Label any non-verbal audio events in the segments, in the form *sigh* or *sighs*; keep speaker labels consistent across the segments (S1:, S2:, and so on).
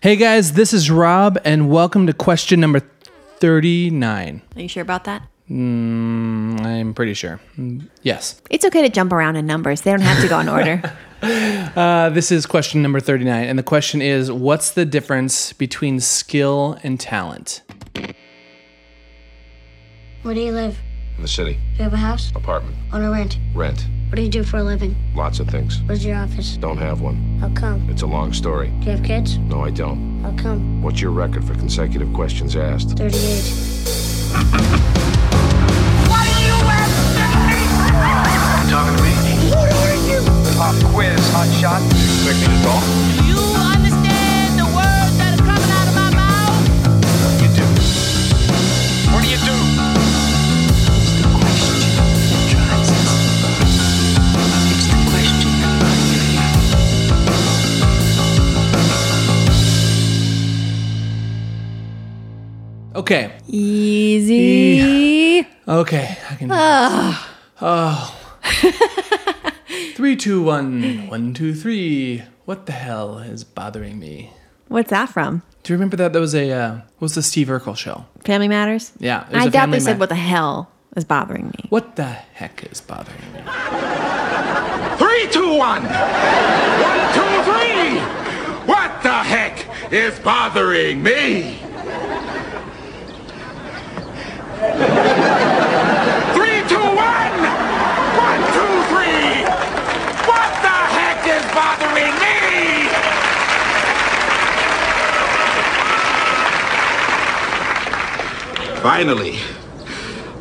S1: Hey guys, this is Rob, and welcome to question number 39.
S2: Are you sure about that?
S1: Mm, I'm pretty sure. Mm, Yes.
S2: It's okay to jump around in numbers. They don't have to go in *laughs* order.
S1: Uh, this is question number 39, and the question is what's the difference between skill and talent?
S3: Where do you live?
S4: In the city.
S3: Do you have a house?
S4: Apartment.
S3: On a rent?
S4: Rent.
S3: What do you do for a living?
S4: Lots of things.
S3: Where's your office?
S4: Don't have one.
S3: How come?
S4: It's a long story.
S3: Do you have kids?
S4: No, I don't.
S3: How come?
S4: What's your record for consecutive questions asked?
S3: 38.
S5: Why do you wear *laughs*
S6: You talking to me? What are you? Pop quiz, hot shot.
S4: Expect me to talk?
S5: Do you understand the words that are coming out of my mouth?
S6: You do. What do you do?
S1: Okay.
S2: Easy.
S1: Okay. I can.
S2: Ah.
S1: Oh. three, two, one. One, two, three. What the hell is bothering me?
S2: What's that from?
S1: Do you remember that? That was a, uh, what was the Steve Urkel show?
S2: Family Matters?
S1: Yeah. it was
S2: I
S1: a
S2: doubt
S1: family
S2: they said
S1: ma-
S2: what the hell is bothering me.
S1: What the heck is bothering me?
S7: Three, two, one. One, two, three. What the heck is bothering me? Three, two, one. One, two, three. What the heck is bothering me?
S4: Finally.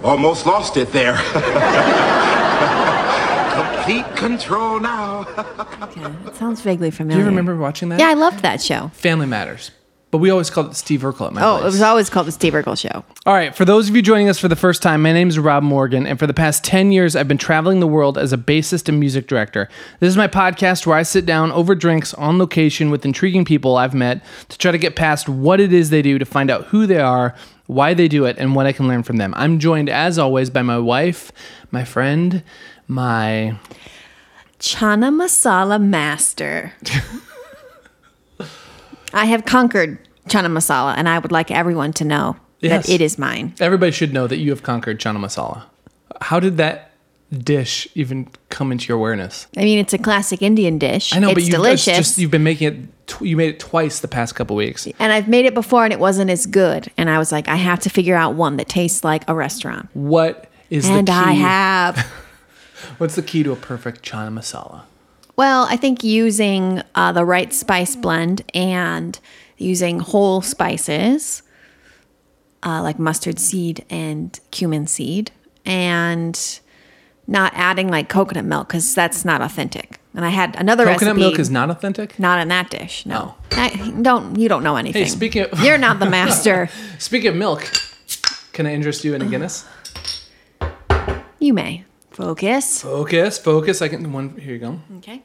S4: Almost lost it there. *laughs* Complete control now.
S2: Okay. It sounds vaguely
S1: Do
S2: familiar.
S1: you remember watching that?
S2: Yeah, I loved that show.
S1: Family Matters. But we always called it Steve Urkel at my
S2: Oh,
S1: place.
S2: it was always called the Steve Urkel Show.
S1: All right, for those of you joining us for the first time, my name is Rob Morgan, and for the past 10 years, I've been traveling the world as a bassist and music director. This is my podcast where I sit down over drinks on location with intriguing people I've met to try to get past what it is they do to find out who they are, why they do it, and what I can learn from them. I'm joined, as always, by my wife, my friend, my.
S2: Chana Masala Master. *laughs* I have conquered Chana Masala, and I would like everyone to know
S1: Yes.
S2: that it is mine.
S1: Everybody should know that you have conquered chana masala. How did that dish even come into your awareness?
S2: I mean, it's a classic Indian dish.
S1: I know,
S2: it's
S1: but you,
S2: delicious.
S1: It's just, you've been making it. Tw- you made it twice the past couple weeks.
S2: and I've made it before, and it wasn't as good. And I was like, I have to figure out one that tastes like a restaurant.
S1: What is
S2: and
S1: the key? *laughs*
S2: I have.
S1: What's the key to a perfect chana masala?
S2: Well, I think using uh, the right spice blend and using whole spices uh, like mustard seed and cumin seed, and not adding like coconut milk because that's not authentic. And I had another
S1: Coconut
S2: recipe.
S1: milk is not authentic.
S2: not in that dish. No, I, don't you don't know anything.
S1: speaking of-
S2: you're not
S1: *laughs*
S2: the master.
S1: Speaking of milk, can I interest you in a Guinness?
S2: you may focus.
S1: Focus, focus. I can one. Here you go.
S2: Okay.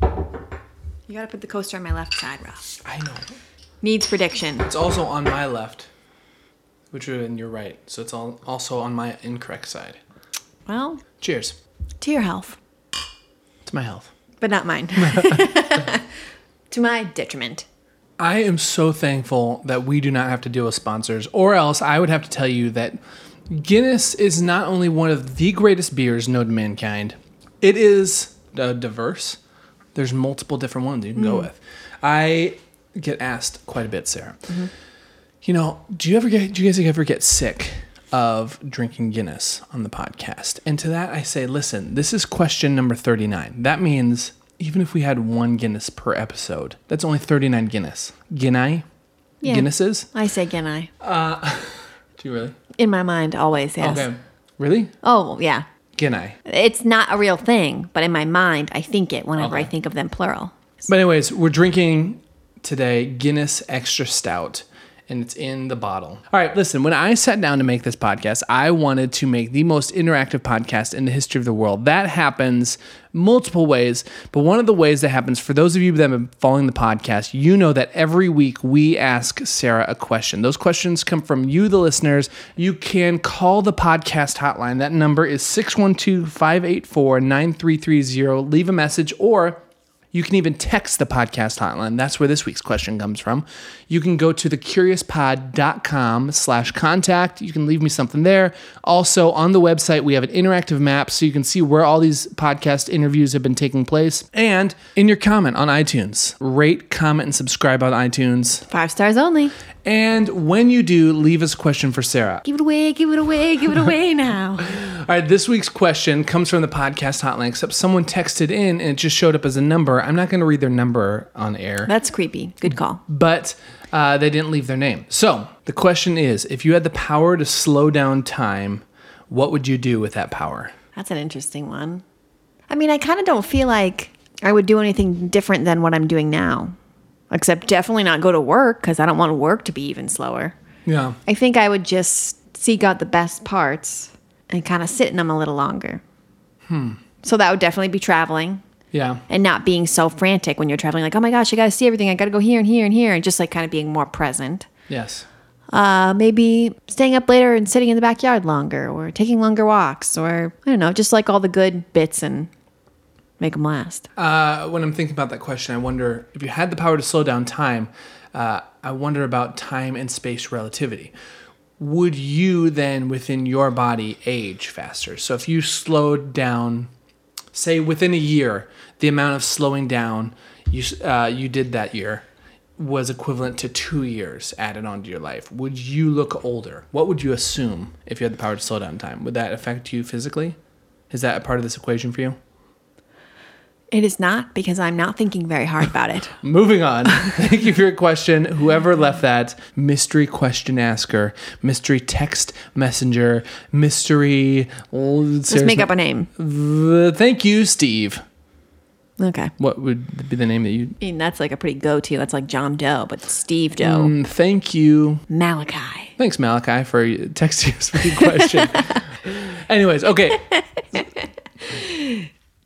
S2: You gotta put the coaster on my left side, Rob.
S1: I know.
S2: Needs prediction.
S1: It's also on my left, which would have been your right. So it's all also on my incorrect side.
S2: Well,
S1: Cheers
S2: to your health,
S1: to my health.
S2: but not mine. *laughs* to my detriment.
S1: I am so thankful that we do not have to deal with sponsors, or else I would have to tell you that Guinness is not only one of the greatest beers known to mankind, it is uh, diverse. There's multiple different ones you can go with. I get asked quite a bit, Sarah. You know, do you ever get? Do you guys ever get sick of drinking Guinness on the podcast? And to that, I say, listen, this is question number thirty-nine. That means even if we had one Guinness per episode, that's only thirty-nine Guinness. Guinea,
S2: Yeah.
S1: Guinnesses.
S2: I say Genai.
S1: Do you really?
S2: In my mind, always, yes.
S1: Okay. Really?
S2: Oh, yeah.
S1: Guinea.
S2: It's not a real thing, but in my mind, I think it whenever I
S1: Okay.
S2: think of them plural.
S1: But anyways, we're drinking today Guinness Extra Stout, and it's in the bottle. All right, listen. When I sat down to make this podcast, I wanted to make the most interactive podcast in the history of the world. That happens multiple ways, but one of the ways that happens for those of you that have been following the podcast, you know that every week we ask Sarah a question. Those questions come from you, the listeners. You can call the podcast hotline. That number is 612 584 9330. Leave a message or You can even text the podcast hotline. That's where this week's question comes from. You can go to thecuriouspod.com slash contact. You can leave me something there. Also, on the website, we have an interactive map so you can see where all these podcast interviews have been taking place. And in your comment on iTunes, rate, comment, and subscribe on iTunes.
S2: Five stars only.
S1: And when you do, leave us a question for Sarah.
S2: Give it away, give it away, give it
S1: *laughs*
S2: away now.
S1: All right, this week's question comes from the podcast hotline, except someone texted in and it just showed up as a number. I'm not going to read their number on air,
S2: That's creepy. Good call.
S1: but uh, they didn't leave their name. So the question is if you had the power to slow down time, what would you do with that power?
S2: That's an interesting one. I mean, I kind of don't feel like I would do anything different than what I'm doing now, except definitely not go to work because I don't want work to be even slower.
S1: Yeah.
S2: I think I would just seek out the best parts and kind of sit in them a little longer. Hmm. So that would definitely be traveling
S1: Yeah.
S2: and not being so frantic when you're traveling, like, oh my gosh, I got to see everything. I got to go here and here and here, and just like kind of being more present.
S1: Yes.
S2: Uh, maybe staying up later and sitting in the backyard longer or taking longer walks or I don't know, just like all the good bits and make them last.
S1: Uh, when I'm thinking about that question, I wonder if you had the power to slow down time, uh, I wonder about time and space relativity. Would you then, within your body, age faster? So if you slowed down, say within a year, the amount of slowing down you s- uh, you did that year was equivalent to two years added onto your life. Would you look older? What would you assume if you had the power to slow down time? Would that affect you physically? Is that a part of this equation for you?
S2: It is not because I'm not thinking very hard about *laughs* it.
S1: Moving on. *laughs* Thank you for your question. Whoever left that mystery question asker, mystery text messenger, mystery. uh,
S2: Just make up a name.
S1: Thank you, Steve.
S2: Okay.
S1: What would be the name that you?
S2: I mean, that's like a pretty go to. That's like John Doe, but Steve Doe.
S1: Mm, Thank you.
S2: Malachi.
S1: Thanks, Malachi, for *laughs* texting us for your
S2: *laughs*
S1: question. Anyways, okay.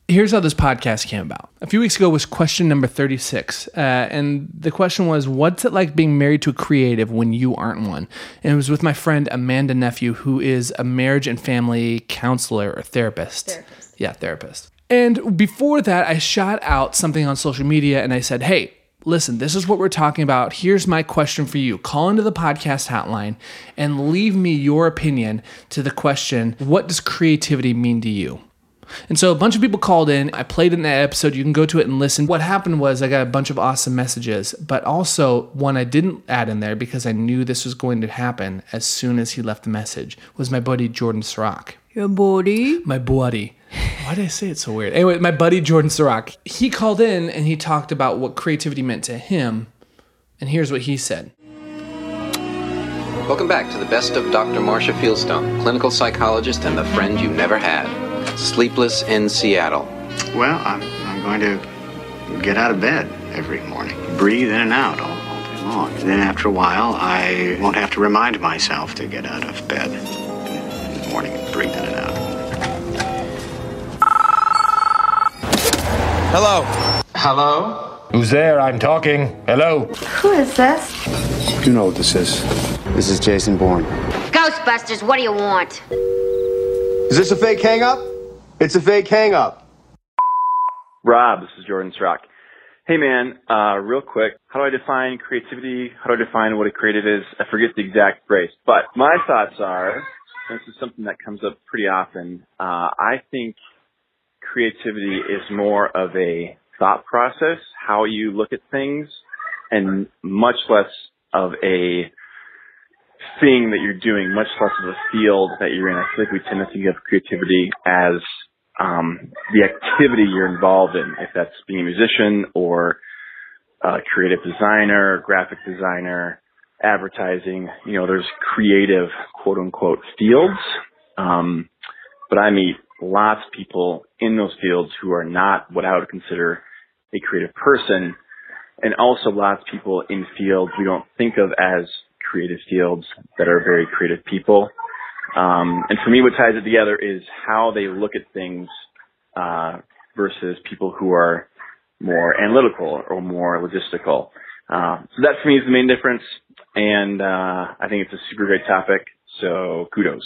S1: Here's how this podcast came about. A few weeks ago was question number 36. Uh, and the question was, What's it like being married to a creative when you aren't one? And it was with my friend Amanda Nephew, who is a marriage and family counselor or therapist. Yeah, therapist. And before that, I shot out something on social media and I said, Hey, listen, this is what we're talking about. Here's my question for you. Call into the podcast hotline and leave me your opinion to the question, What does creativity mean to you? And so a bunch of people called in. I played in that episode. You can go to it and listen. What happened was I got a bunch of awesome messages, but also one I didn't add in there because I knew this was going to happen as soon as he left the message was my buddy Jordan Srock.
S2: Your body.
S1: My buddy. Why did I say it so weird? Anyway, my buddy Jordan Srock. He called in and he talked about what creativity meant to him. And here's what he said.
S8: Welcome back to the best of Dr. Marcia Fieldstone, clinical psychologist and the friend you never had. Sleepless in Seattle.
S9: Well, I'm, I'm going to get out of bed every morning, breathe in and out all, all day long. then after a while, I won't have to remind myself to get out of bed in, in the morning and breathe in and out.
S8: Hello?
S10: Who's there? I'm talking. Hello.
S3: Who is this?
S9: You know what this is.
S8: This is Jason Bourne.
S3: Ghostbusters, what do you want?
S9: Is this a fake hang up? It's a fake hang up.
S11: Rob, this is Jordan Strock. Hey man, uh, real quick, how do I define creativity? How do I define what a creative is? I forget the exact phrase, but my thoughts are, and this is something that comes up pretty often, uh, I think creativity is more of a thought process, how you look at things, and much less of a thing that you're doing, much less of a field that you're in. I feel like we tend to think of creativity as um, the activity you're involved in, if that's being a musician or a creative designer, graphic designer, advertising. You know, there's creative, quote unquote, fields. Um, but I meet lots of people in those fields who are not what I would consider a creative person and also lots of people in fields we don't think of as creative fields that are very creative people. Um, and for me, what ties it together is how they look at things uh, versus people who are more analytical or more logistical. Uh, so that for me is the main difference, and uh, I think it's a super great topic. So kudos.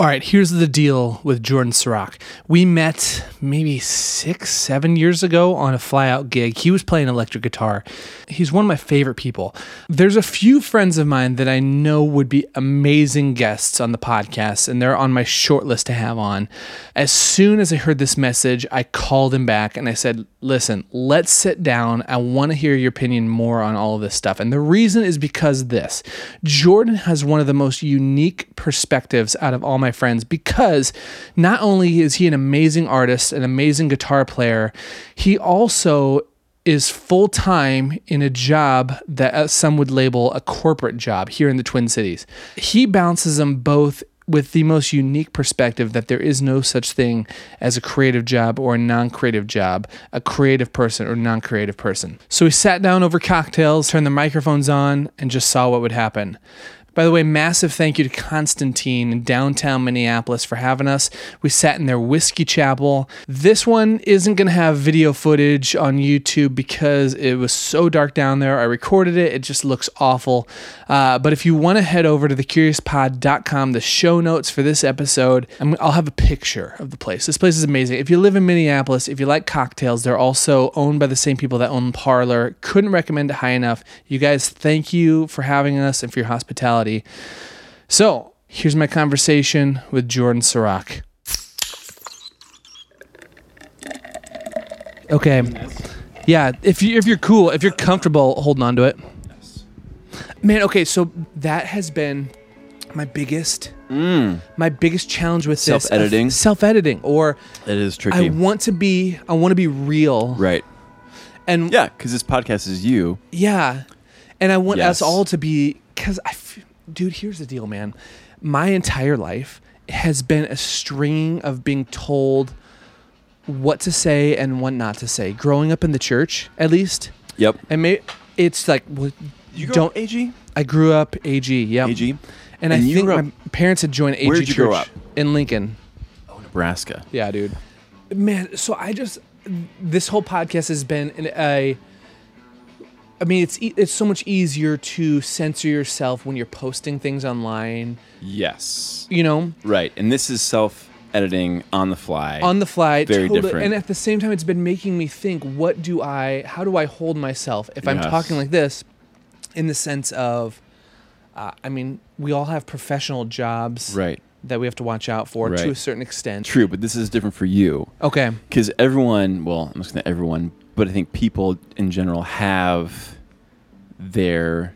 S1: All right, here's the deal with Jordan Sirach. We met maybe six, seven years ago on a flyout gig. He was playing electric guitar. He's one of my favorite people. There's a few friends of mine that I know would be amazing guests on the podcast, and they're on my short list to have on. As soon as I heard this message, I called him back and I said, Listen, let's sit down. I want to hear your opinion more on all of this stuff. And the reason is because this Jordan has one of the most unique perspectives out of all my friends because not only is he an amazing artist, an amazing guitar player, he also is full time in a job that uh, some would label a corporate job here in the Twin Cities. He balances them both with the most unique perspective that there is no such thing as a creative job or a non creative job, a creative person or non creative person. So we sat down over cocktails, turned the microphones on, and just saw what would happen. By the way, massive thank you to Constantine in downtown Minneapolis for having us. We sat in their whiskey chapel. This one isn't going to have video footage on YouTube because it was so dark down there. I recorded it, it just looks awful. Uh, but if you want to head over to thecuriouspod.com, the show notes for this episode, I'm, I'll have a picture of the place. This place is amazing. If you live in Minneapolis, if you like cocktails, they're also owned by the same people that own Parlor. Couldn't recommend it high enough. You guys, thank you for having us and for your hospitality. So here's my conversation with Jordan Sirach. Okay. Yeah, if you if you're cool, if you're comfortable holding on to it. Man, okay, so that has been my biggest
S12: Mm.
S1: my biggest challenge with this
S12: Self-editing?
S1: self editing or
S12: It is tricky.
S1: I want to be I want to be real
S12: right.
S1: and
S12: yeah, because this podcast is you.
S1: Yeah. And I want us
S12: Yes.
S1: all to be cuz I f- dude, here's the deal, man. My entire life has been a string of being told what to say and what not to say. Growing up in the church, at least.
S12: Yep.
S1: And may- it's like well,
S12: You
S1: you
S12: grew
S1: don't
S12: up AG?
S1: I grew up AG, yeah. AG. And, I
S12: And you
S1: think
S12: grew
S1: my
S12: up-
S1: parents had joined AG
S12: Where did you
S1: church
S12: grow up?
S1: in Lincoln.
S12: Nebraska.
S1: Yeah, dude. Man, so I just this whole podcast has been an, a. I mean, it's e- it's so much easier to censor yourself when you're posting things online.
S12: Yes.
S1: You know,
S12: Right. And this is self editing on the fly.
S1: on the fly,
S12: Very
S1: totally-
S12: different.
S1: And at the same time, it's been making me think: what do I? How do I hold myself if I'm
S12: Yes.
S1: talking like this? In the sense of, uh, I mean, we all have professional jobs,
S12: Right.
S1: That we have to watch out for
S12: Right.
S1: to a certain extent.
S12: True, but this is different for you.
S1: Okay.
S12: Because everyone, well, I'm just going to everyone, but I think people in general have their,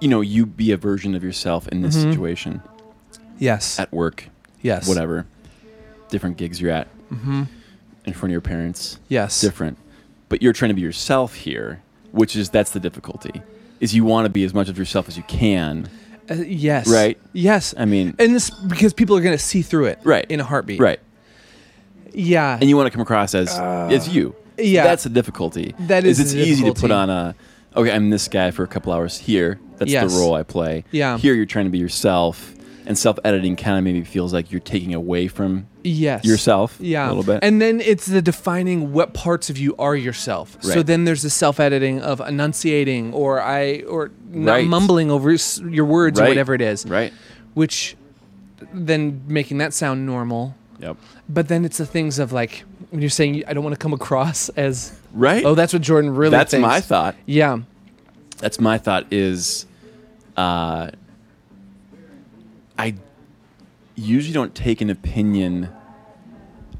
S12: you know, you be a version of yourself in this
S1: Mhm.
S12: situation.
S1: Yes.
S12: At work.
S1: Yes.
S12: Whatever. Different gigs you're at.
S1: Mhm.
S12: In front of your parents.
S1: Yes.
S12: Different. But you're trying to be yourself here, which is that's the difficulty. Is you want to be as much of yourself as you can.
S1: Uh, yes.
S12: Right.
S1: Yes.
S12: I mean,
S1: And this because people are going to see through it,
S12: right
S1: in a heartbeat,
S12: right?
S1: Yeah.
S12: And you want to come across as as you.
S1: yeah.
S12: that's the difficulty.
S1: That is
S12: it's
S1: the
S12: easy to put
S1: difficulty.
S12: on a. Okay, I'm this guy for a couple hours here. That's
S1: Yes.
S12: the role I play.
S1: Yeah.
S12: Here, you're trying to be yourself, and self-editing kind of maybe feels like you're taking away from
S1: Yes.
S12: yourself.
S1: Yeah.
S12: a little bit.
S1: And then it's the defining what parts of you are yourself. So
S12: Right.
S1: then there's the self-editing of enunciating or I or not
S12: Right.
S1: mumbling over s- your words or
S12: Right.
S1: whatever it is.
S12: Right.
S1: Which then making that sound normal.
S12: Yep.
S1: But then it's the things of like when you're saying I don't want to come across as
S12: Right.
S1: Oh, that's what Jordan really
S12: That's
S1: thinks.
S12: my thought.
S1: Yeah.
S12: That's my thought. Is, uh, I usually don't take an opinion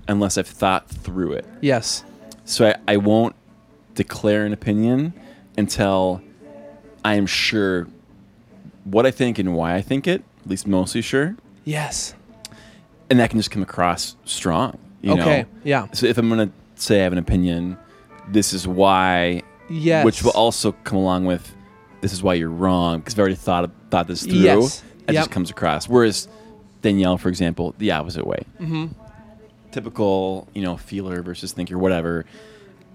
S12: unless I've thought through it.
S1: Yes.
S12: So I, I won't declare an opinion until I am sure what I think and why I think it, at least mostly sure.
S1: Yes.
S12: And that can just come across strong. You
S1: Okay,
S12: Know?
S1: yeah.
S12: So if I'm going to say I have an opinion, this is why.
S1: Yes.
S12: Which will also come along with this is why you're wrong because I've already thought thought this through.
S1: Yes,
S12: That
S1: yep.
S12: just comes across. Whereas Danielle, for example, the opposite way.
S1: Mhm.
S12: Typical, you know, feeler versus thinker, whatever.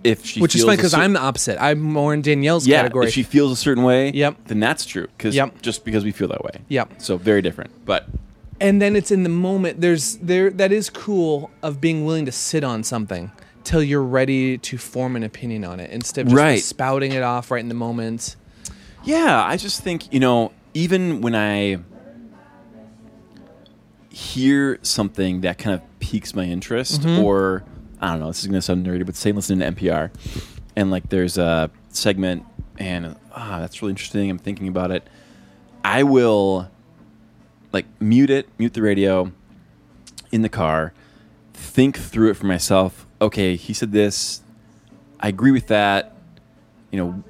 S12: If she
S1: Which is
S12: feels
S1: funny
S12: a
S1: because
S12: cer-
S1: I'm the opposite. I'm more in Danielle's
S12: yeah,
S1: category.
S12: if she feels a certain way,
S1: Yep.
S12: then that's true. Because
S1: Yep.
S12: just because we feel that way,
S1: Yep.
S12: So very different, but
S1: and then it's in the moment. There's there that is cool of being willing to sit on something till you're ready to form an opinion on it instead of just
S12: Right.
S1: spouting it off right in the moment.
S12: yeah, I just think you know, even when I hear something that kind of piques my interest,
S13: Mhm.
S12: or I don't know, this is going to sound nerdy, but say I'm listening to NPR, and like there's a segment, and ah, that's really interesting. I'm thinking about it. I will like mute it, mute the radio in the car, think through it for myself. Okay, he said this. I agree with that. You know,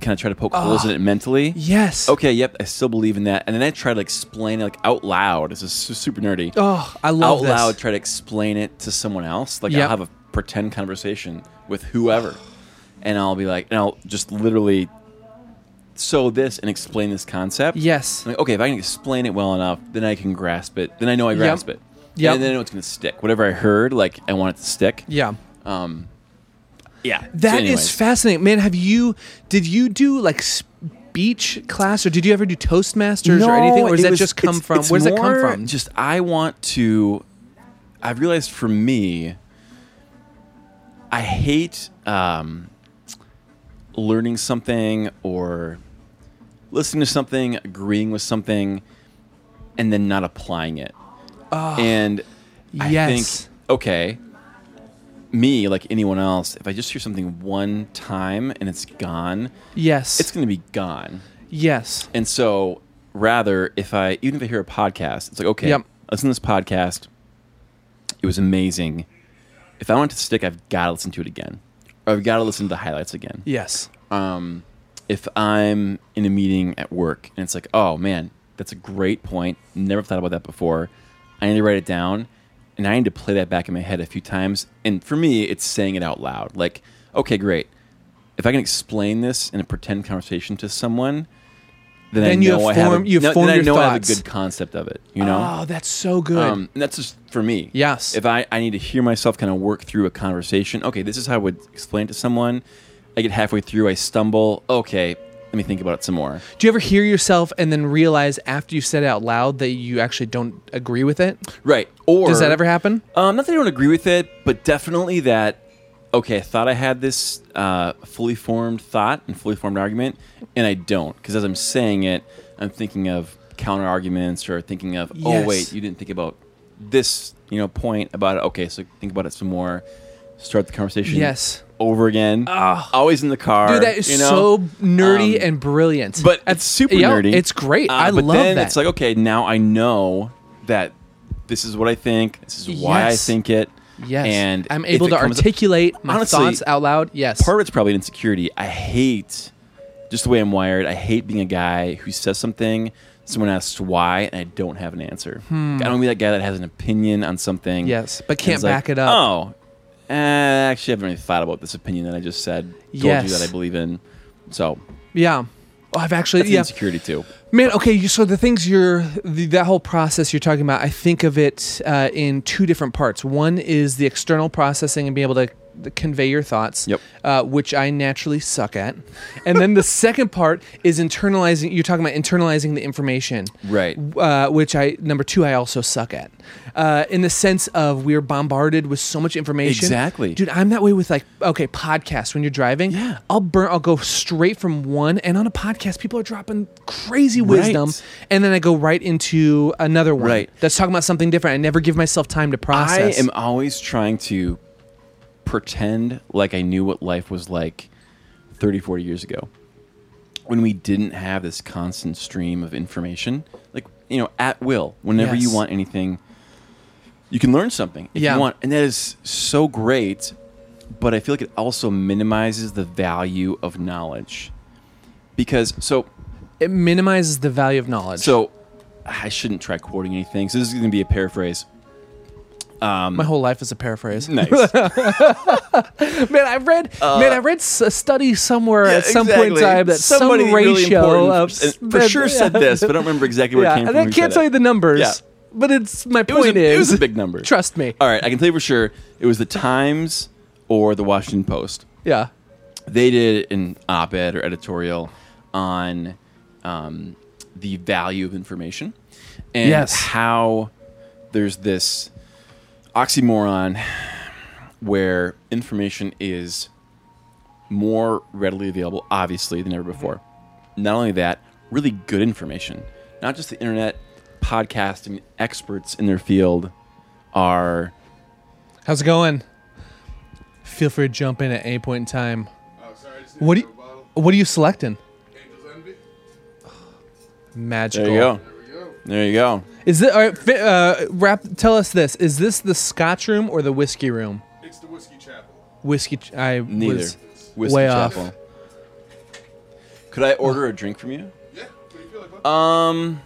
S12: kind of try to poke holes in
S1: Ah,
S12: it mentally.
S1: yes.
S12: Okay. Yep. I still believe in that. And then I try to explain it like out loud. This is su- super nerdy.
S1: Oh, I love
S12: out
S1: this.
S12: loud. Try to explain it to someone else. Like
S1: Yep.
S12: I'll have a pretend conversation with whoever, and I'll be like, and I'll just literally so this and explain this concept.
S1: Yes.
S12: I'm like, okay, if I can explain it well enough, then I can grasp it. Then I know I
S1: Yep.
S12: grasp it.
S1: Yep.
S12: And then I know it's going to stick. Whatever I heard, like I want it to stick.
S1: Yeah.
S12: Um. Yeah.
S1: That is
S12: anyways.
S1: fascinating, man. Have you? Did you do like speech class, or did you ever do Toastmasters or anything, or does
S12: it
S1: that
S12: was-
S1: just come
S12: it's-
S1: from?
S12: it's
S1: Where does that come
S12: more
S1: from?
S12: Just I want to. I've realized for me, I hate um, learning something or listening to something, agreeing with something, and then not applying it.
S1: Ah,
S12: and I
S1: yes.
S12: think okay, me like anyone else, if I just hear something one time and it's gone,
S1: Yes.
S12: it's going to be gone.
S1: Yes.
S12: And so, rather, if I even if I hear a podcast, it's like, okay,
S1: Yep.
S12: listen to this podcast. It was amazing. If I want it to stick, I've got to listen to it again, or I've got to listen to the highlights again.
S1: Yes.
S12: Um, if I'm in a meeting at work and it's like, oh man, that's a great point. Never thought about that before. I need to write it down, and I need to play that back in my head a few times. And for me, it's saying it out loud. Like, okay, great. If I can explain this in a pretend conversation to someone, then,
S1: Then
S12: I
S1: you
S12: know
S1: have
S12: I have
S1: form-
S12: a,
S1: you've
S12: no-
S1: formed
S12: then I
S1: your
S12: know I have a
S1: thoughts.
S12: good concept of it. You know,
S1: Oh, that's so good.
S12: um, and that's just for me. Yes. If I, I need to hear myself kind of work through a conversation, okay, this is how I would explain it to someone. I get halfway through, I stumble. Okay, let me think about it some more.
S1: do you ever hear yourself and then realize after you said it out loud that you actually don't agree with it?
S12: Right. Or
S1: Does that ever happen?
S12: Um, not that I don't agree with it, but definitely that. Okay, I thought I had this uh, fully formed thought and fully formed argument, and I don't because as I'm saying it, I'm thinking of counter arguments or thinking of oh
S1: Yes.
S12: wait, you didn't think about this you know point about it. Okay, so think about it some more. Start the conversation.
S1: Yes.
S12: Over again. Always in the car.
S1: Dude, that is
S12: you know?
S1: so nerdy
S12: Um,
S1: and brilliant.
S12: but it's super
S1: yeah,
S12: nerdy.
S1: It's great.
S12: Uh,
S1: I
S12: but
S1: love
S12: then
S1: that.
S12: It's like okay, now I know that this is what I think. This is why
S1: Yes.
S12: I think it.
S1: Yes.
S12: and
S1: I'm
S12: if
S1: able
S12: it
S1: to
S12: comes-
S1: articulate my
S12: Honestly,
S1: thoughts out loud. Yes.
S12: Part of it's probably an insecurity. I hate just the way I'm wired. I hate being a guy who says something. Someone asks why, and I don't have an answer.
S1: Hmm.
S12: I don't be that guy that has an opinion on something.
S1: Yes, but
S12: and
S1: can't
S12: it's like,
S1: back it up.
S12: Oh, eh, I actually haven't really thought about this opinion that I just said. Told you
S1: Yes.
S12: that I believe in. So
S1: Yeah. Oh, I've actually
S12: that's an
S1: yeah.
S12: insecurity too.
S1: Man, okay. you- So the things you're the, that whole process you're talking about, I think of it uh, in two different parts. One is the external processing and being able to c- convey your thoughts, yep. uh, which I naturally suck at. And then the
S12: *laughs*
S1: second part is internalizing. You're talking about internalizing the information,
S12: Right.
S1: uh, which I number two I also suck at, uh, in the sense of we're bombarded with so much information.
S12: Exactly.
S1: dude. I'm that way with like okay podcasts when you're driving. Yeah, I'll burn. I'll go straight from one, and on a podcast, people are dropping crazy wisdom,
S12: Right.
S1: and then I go right into another one
S12: Right.
S1: that's talking about something different. I never give myself time to process.
S12: I am always trying to pretend like I knew what life was like 30, 40 years ago when we didn't have this constant stream of information. Like, you know, at will, whenever you
S13: Yes.
S12: want anything, you can learn something if
S13: Yeah.
S12: you want. And that is so great, but I feel like it also minimizes the value of knowledge. Because, so
S1: it minimizes the value of knowledge.
S12: so I shouldn't try quoting anything. So this is going to be a paraphrase. Um,
S1: My whole life is a paraphrase. *laughs*
S12: Nice.
S1: man, I read
S12: Uh,
S1: man, I read s- a study somewhere
S12: Yeah,
S1: at some point
S12: exactly.
S1: in time that
S12: Somebody
S1: some
S12: really
S1: ratio
S12: important
S1: of
S12: s- and
S1: *laughs*
S12: for sure said this, but I don't remember exactly where it
S1: Yeah,
S12: came
S1: and
S12: from,
S1: I
S12: who said
S1: can't tell
S12: it.
S1: you the numbers,
S12: Yeah.
S1: but it's my
S12: It was,
S1: point
S12: a,
S1: is
S12: it was a big number.
S1: *laughs* Trust me.
S12: All right, I can tell you for sure it was the Times or the Washington Post.
S1: Yeah.
S12: They did an op ed or editorial on um, the value of information and
S1: Yes.
S12: how there's this oxymoron where information is more readily available, obviously, than ever before. Not only that, really good information. Not just the internet, podcasting experts in their field are.
S1: How's it going? Feel free to jump in at any point in time.
S13: Oh,
S1: what do you, What are you selecting? Magical.
S12: There you go. There you go.
S1: Is it all right? fi- Uh, wrap. Tell us this. Is this the Scotch room or the whiskey room?
S13: It's the Whiskey Chapel.
S1: Whiskey. Ch- I
S12: Neither.
S1: was
S12: Whiskey
S1: way
S12: Chapel.
S1: off.
S12: Could I order a drink from you? Yeah. Um,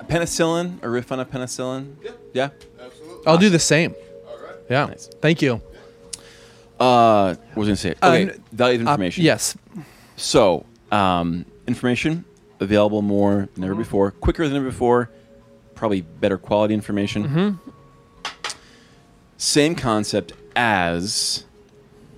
S12: a penicillin, a riff on a penicillin. Yeah. Yeah. Absolutely.
S1: I'll do the same. Yeah. Thank you.
S12: Uh, what was I gonna say?
S1: Uh,
S12: Okay,
S1: n-
S12: valued
S1: uh,
S12: information.
S1: yes.
S12: So, um, information available more than ever before, quicker than ever before, probably better quality information.
S1: Mm-hmm.
S12: Same concept as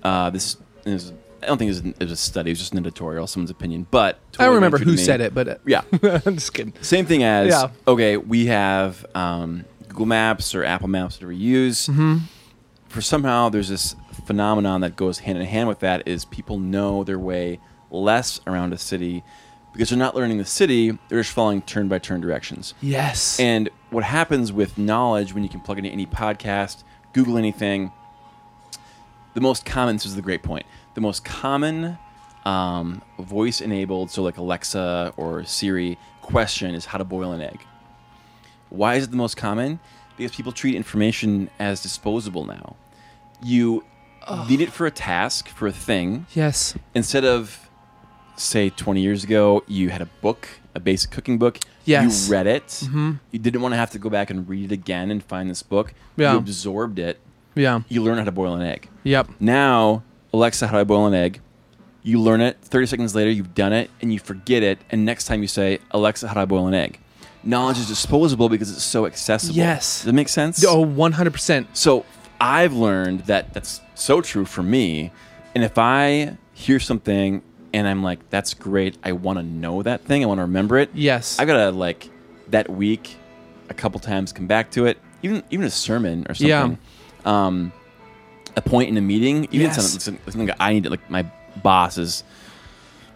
S12: uh, this is. I don't think it was, an- it was a study. It was just an editorial, someone's opinion. But
S1: I don't remember
S12: totally
S1: who
S12: made-
S1: said it, but uh,
S12: yeah.
S1: *laughs* I'm just kidding.
S12: Same thing as
S1: Yeah.
S12: okay, we have um, Google Maps or Apple Maps that we use.
S1: Mhm.
S12: For somehow there's this phenomenon that goes hand in hand with that is people know their way less around a city because they're not learning the city, they're just following turn by turn directions.
S1: Yes.
S12: And what happens with knowledge when you can plug into any podcast, Google anything, the most common this is the great point the most common um, voice enabled so like alexa or siri question is how to boil an egg why is it the most common because people treat information as disposable now you need it for a task for a thing
S1: Yes.
S12: instead of say 20 years ago you had a book a basic cooking book
S1: Yes.
S12: you read it
S1: Mhm.
S12: you didn't want to have to go back and read it again and find this book
S1: Yeah.
S12: you absorbed it
S1: Yeah.
S12: you learn how to boil an egg
S1: Yep.
S12: now, Alexa, how do I boil an egg? You learn it. 30 seconds later, you've done it and you forget it. And next time you say, Alexa, how do I boil an egg? Knowledge is disposable because it's so accessible.
S1: Yes.
S12: Does that make sense?
S1: Oh, 100%.
S12: So I've learned that that's so true for me. And if I hear something and I'm like, that's great, I want to know that thing, I want to remember it.
S1: Yes.
S12: I got to, like, that week, a couple times come back to it. Even, even a sermon or something.
S1: Yeah.
S12: Um, a point in a meeting, even
S1: Yes.
S12: something, something, something that I need to, like, my boss is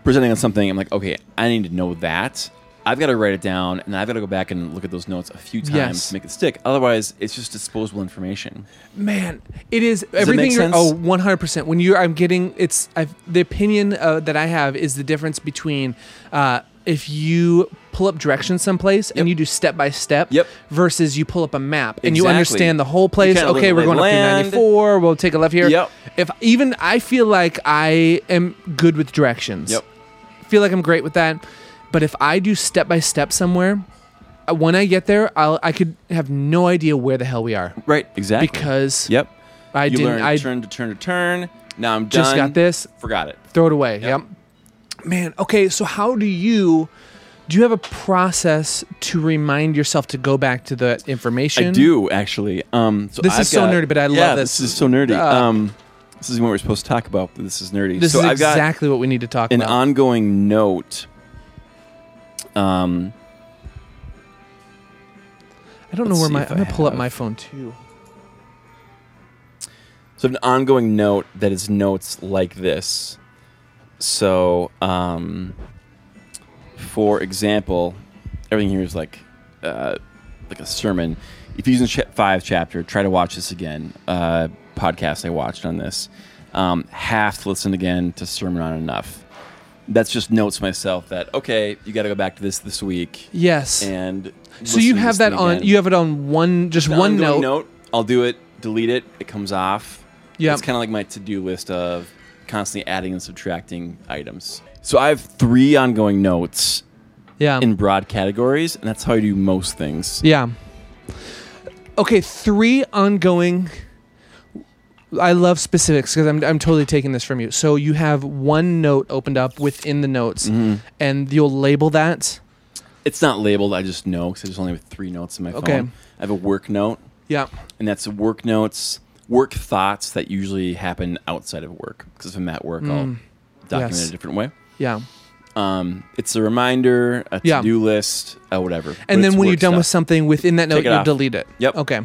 S12: presenting on something. I'm like, okay, I need to know that. I've got to write it down and I've got to go back and look at those notes a few times
S1: Yes.
S12: to make it stick. Otherwise, it's just disposable information.
S1: Man, it is
S12: it
S1: everything.
S12: make
S1: you're,
S12: sense?
S1: oh, 100%. When you're, I'm getting, it's, I've, the opinion uh, that I have is the difference between uh, if you pull up directions someplace and you do step by step yep. versus you pull up a map and you
S12: Exactly.
S1: understand the
S12: You
S1: whole place.
S12: kinda
S1: Okay,
S12: look
S1: we're
S12: at
S1: going
S12: land.
S1: up through 94. We'll take a left here.
S12: Yep.
S1: If even I feel like I am good with directions.
S12: Yep.
S1: Feel like I'm great with that. But if I do step by step somewhere, uh, when I get there, I'll, I could have no idea where the hell we are.
S12: Right, exactly.
S1: Because
S12: yep,
S1: I
S12: you
S1: didn't.
S12: learn
S1: I
S12: turn to turn to turn. Now I'm done.
S1: Just got this.
S12: Forgot it.
S1: throw it away. Yep. Man. Okay. So how do you? Do you have a process to remind yourself to go back to the information?
S12: I do actually. Um, so
S1: This is
S12: I've
S1: so
S12: got-
S1: nerdy, but I love
S12: yeah,
S1: this.
S12: This is so nerdy.
S1: Uh,
S12: um, this is what we're supposed to talk about, but this is nerdy.
S1: This
S12: so
S1: is
S12: I've got
S1: exactly what we need to talk
S12: an
S1: about.
S12: ongoing note. Um,
S1: I don't know
S12: Let's
S1: where
S12: see
S1: my.
S12: if
S1: I'm
S12: I
S1: gonna pull up
S12: have-
S1: my phone too.
S12: So I have an ongoing note that is notes like this. So, um, for example, everything here is like uh, like a sermon. Ephesians cha- five chapter. Try to watch this again. Uh, podcast I watched on this. Um, have to listen again to sermon on enough. That's just notes myself that okay, you got to go back to this this week.
S1: Yes.
S12: And
S1: So you
S12: listen to
S1: have
S12: this
S1: that
S12: thing
S1: on.
S12: again.
S1: You have it on one, just
S12: The
S1: one
S12: ongoing
S1: note.
S12: I'll do it, delete it, it comes off.
S1: Yep.
S12: It's kind of like my to do list of constantly adding and subtracting items. So I have three ongoing notes
S1: Yeah.
S12: in broad categories, and that's how I do most things.
S1: Yeah. Okay, three ongoing. I love specifics because I'm, I'm totally taking this from you. So you have one note opened up within the notes,
S12: Mhm.
S1: and you'll label that.
S12: It's not labeled, I just know because I just only have three notes in my
S1: Okay.
S12: phone. I have a work note.
S1: Yeah.
S12: And that's work notes, work thoughts that usually happen outside of work. Because if I'm at work,
S1: Mm.
S12: I'll document
S1: Yes.
S12: it a different way.
S1: Yeah.
S12: Um, it's a reminder, a to
S1: Yeah.
S12: do list, uh, whatever. But
S1: And
S12: it's
S1: then when you're
S12: work
S1: done with
S12: stuff.
S1: something within that note,
S12: Take it
S1: you'll
S12: off.
S1: delete it.
S12: Yep.
S1: Okay.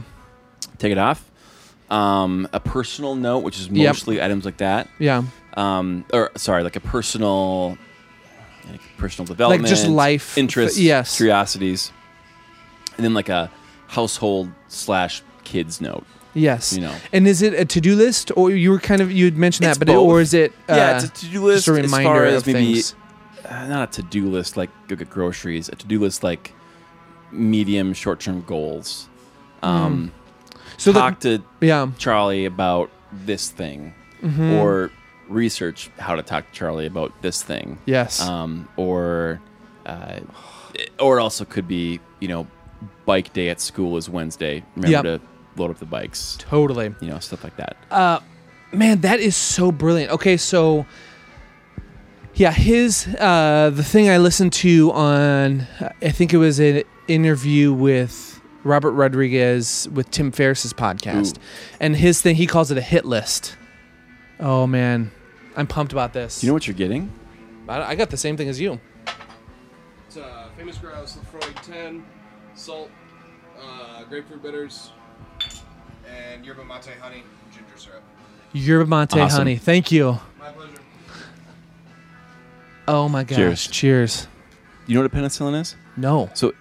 S12: Take it off. Um, a personal note, which is
S1: Yep.
S12: mostly items like that.
S1: Yeah.
S12: Um, or sorry, like a personal. I like personal development,
S1: just life,
S12: interests,
S1: f- yes.
S12: curiosities, and then like a household slash kids note.
S1: Yes.
S12: you know,
S1: And is it a to-do list, or you were kind of you had mentioned
S12: It's
S1: that, but it, or
S12: both.
S1: is it uh,
S12: yeah, it's a to-do list
S1: Just a reminder
S12: as far as
S1: of
S12: maybe
S1: things.
S12: uh, not a to-do list like go get groceries, a to-do list like medium short-term goals. Um,
S1: So the-
S12: talk to
S1: yeah.
S12: Charlie about this thing,
S1: Mhm.
S12: or research how to talk to Charlie about this thing.
S1: Yes.
S12: um, or uh, it- or it also could be you know bike day at school is Wednesday. Remember
S1: Yep.
S12: to load up the bikes.
S1: Totally.
S12: You know stuff like that.
S1: Uh, man, that is so brilliant. Okay, so yeah, his uh, the thing I listened to on I think it was an interview with Robert Rodriguez with Tim Ferriss's podcast, and his thing he calls it a hit list. Oh man, I'm pumped about this.
S12: Do you know what you're getting?
S1: I, I got the same thing as you.
S13: It's uh, famous grouse, Lefroy 10, salt, uh, grapefruit bitters, and yerba mate honey, and ginger syrup.
S1: Yerba mate,
S12: Awesome.
S1: honey. Thank you.
S13: My pleasure.
S1: Oh my gosh.
S12: Cheers.
S1: Cheers.
S12: You know what a penicillin is?
S1: No.
S12: So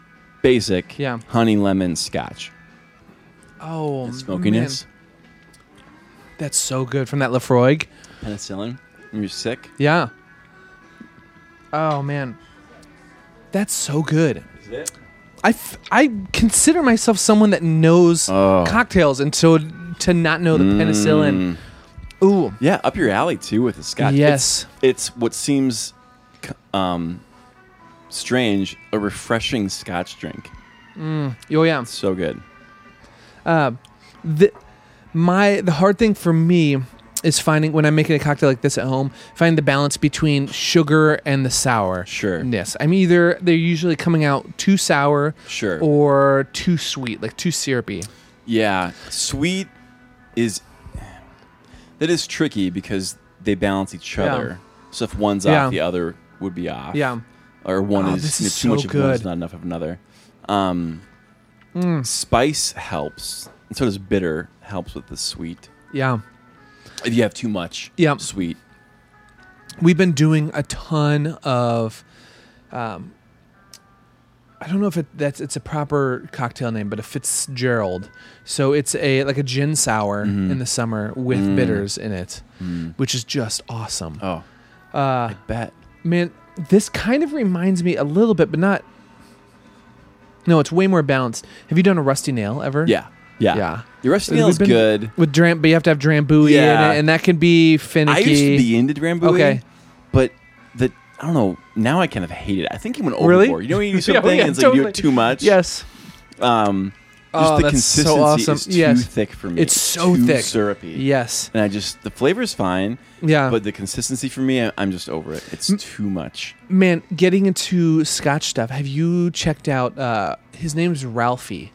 S12: basic.
S1: Yeah.
S12: Honey, lemon, scotch.
S1: Oh,
S12: And smokiness.
S1: man. That's so good from that Lefroy.
S12: Penicillin. When you're sick.
S1: Yeah. Oh man, that's so good.
S12: Is it?
S1: I, f- I consider myself someone that knows
S12: Oh.
S1: cocktails, and so to not know the penicillin.
S12: Mm.
S1: Ooh.
S12: Yeah, up your alley too with the scotch.
S1: Yes.
S12: It's, it's what seems c- um, strange, a refreshing scotch drink.
S1: Mm. Oh yeah.
S12: So good.
S1: Uh, the my the hard thing for me is finding when I'm making a cocktail like this at home, finding the balance between sugar and the sour.
S12: Sure.
S1: Yes, I'm either they're usually coming out too sour,
S12: Sure.
S1: or too sweet, like too syrupy.
S12: Yeah, sweet is that is tricky because they balance each
S1: Yeah.
S12: other. So if one's
S1: Yeah.
S12: off, the other would be off.
S1: Yeah.
S12: or one
S1: Oh,
S12: is,
S1: this
S12: you know,
S1: is
S12: too much
S1: so
S12: of one is
S1: good.
S12: not enough of another. Um,
S1: Mm.
S12: Spice helps, and so does bitter helps with the sweet.
S1: Yeah.
S12: If you have too much,
S1: Yeah.
S12: sweet.
S1: We've been doing a ton of, um, I don't know if it, that's it's a proper cocktail name, but a Fitzgerald. So it's a like a gin sour
S12: Mhm.
S1: in the summer with
S12: Mm.
S1: bitters in it,
S12: Mm.
S1: which is just awesome.
S12: Oh,
S1: uh, I
S12: bet.
S1: Man, this kind of reminds me a little bit, but not. No, it's way more balanced. Have you done a rusty nail ever?
S12: Yeah, yeah,
S1: yeah.
S12: The rest of
S1: We've
S12: the is
S1: been-
S12: good.
S1: with dram, but you have to have drambuie
S12: Yeah.
S1: in it, and that can be finicky.
S12: I used to be into Drambuie,
S1: Okay.
S12: but the I don't know. Now I kind of hate it. I think you went overboard.
S1: Really?
S12: You know, when you do
S1: *laughs* Yeah, oh,
S12: something,
S1: yeah,
S12: and it's like you
S1: totally.
S12: do it too much.
S1: Yes.
S12: Um, just
S1: Oh, that's
S12: the
S1: so
S12: consistency
S1: awesome.
S12: is too
S1: Yes.
S12: thick for me.
S1: It's so
S12: too
S1: thick.
S12: syrupy.
S1: Yes.
S12: and I just the flavor's fine.
S1: Yeah.
S12: but the consistency for me, I- I'm just over it. It's too much.
S1: Man, getting into Scotch stuff. Have you checked out? Uh, his name's Ralphie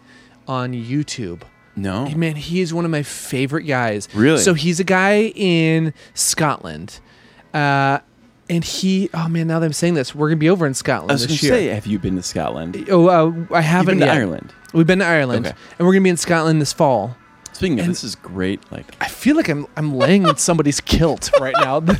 S1: on YouTube.
S12: No.
S1: Hey, man, he is one of my favorite guys.
S12: Really?
S1: So he's a guy in Scotland, uh, and he. Oh man, now that I'm saying this, we're gonna be over in Scotland
S12: I was going
S1: this
S12: to
S1: year.
S12: say, have you been to Scotland?
S1: Oh, uh, I haven't
S12: been to
S1: yet.
S12: Ireland?
S1: We've been to Ireland,
S12: Okay.
S1: and we're gonna be in Scotland this fall.
S12: Speaking of,
S1: And-
S12: this is great. Like,
S1: I feel like I'm I'm laying in
S12: *laughs*
S1: somebody's kilt right now. *laughs*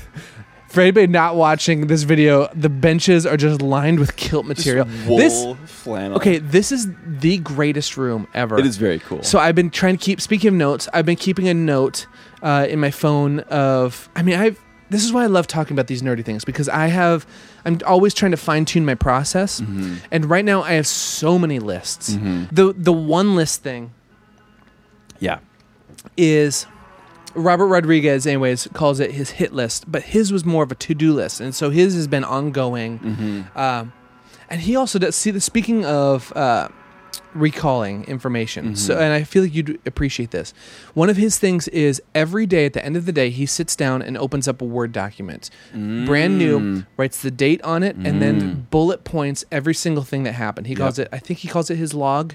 S1: For anybody not watching this video, the benches are just lined with kilt material.
S12: wool
S1: this
S12: flannel.
S1: Okay, this is the greatest room ever.
S12: It is very cool.
S1: So I've been trying to keep. Speaking of notes, I've been keeping a note uh, in my phone of. I mean, I've. This is why I love talking about these nerdy things because I have. I'm always trying to fine tune my process,
S12: Mm-hmm.
S1: and right now I have so many lists.
S12: Mhm.
S1: The the one list thing
S12: yeah,
S1: is Robert Rodriguez, anyways, calls it his hit list, but his was more of a to do list, and so his has been ongoing.
S12: Mm-hmm.
S1: Um, and he also does see the speaking of uh, recalling information. So,
S12: Mm-hmm.
S1: and I feel like you'd appreciate this. One of his things is every day at the end of the day, he sits down and opens up a Word document, brand new,
S12: Mm.
S1: writes the date on it, and
S12: Mm.
S1: then bullet points every single thing that happened. He calls
S12: Yep.
S1: it. I think he calls it his log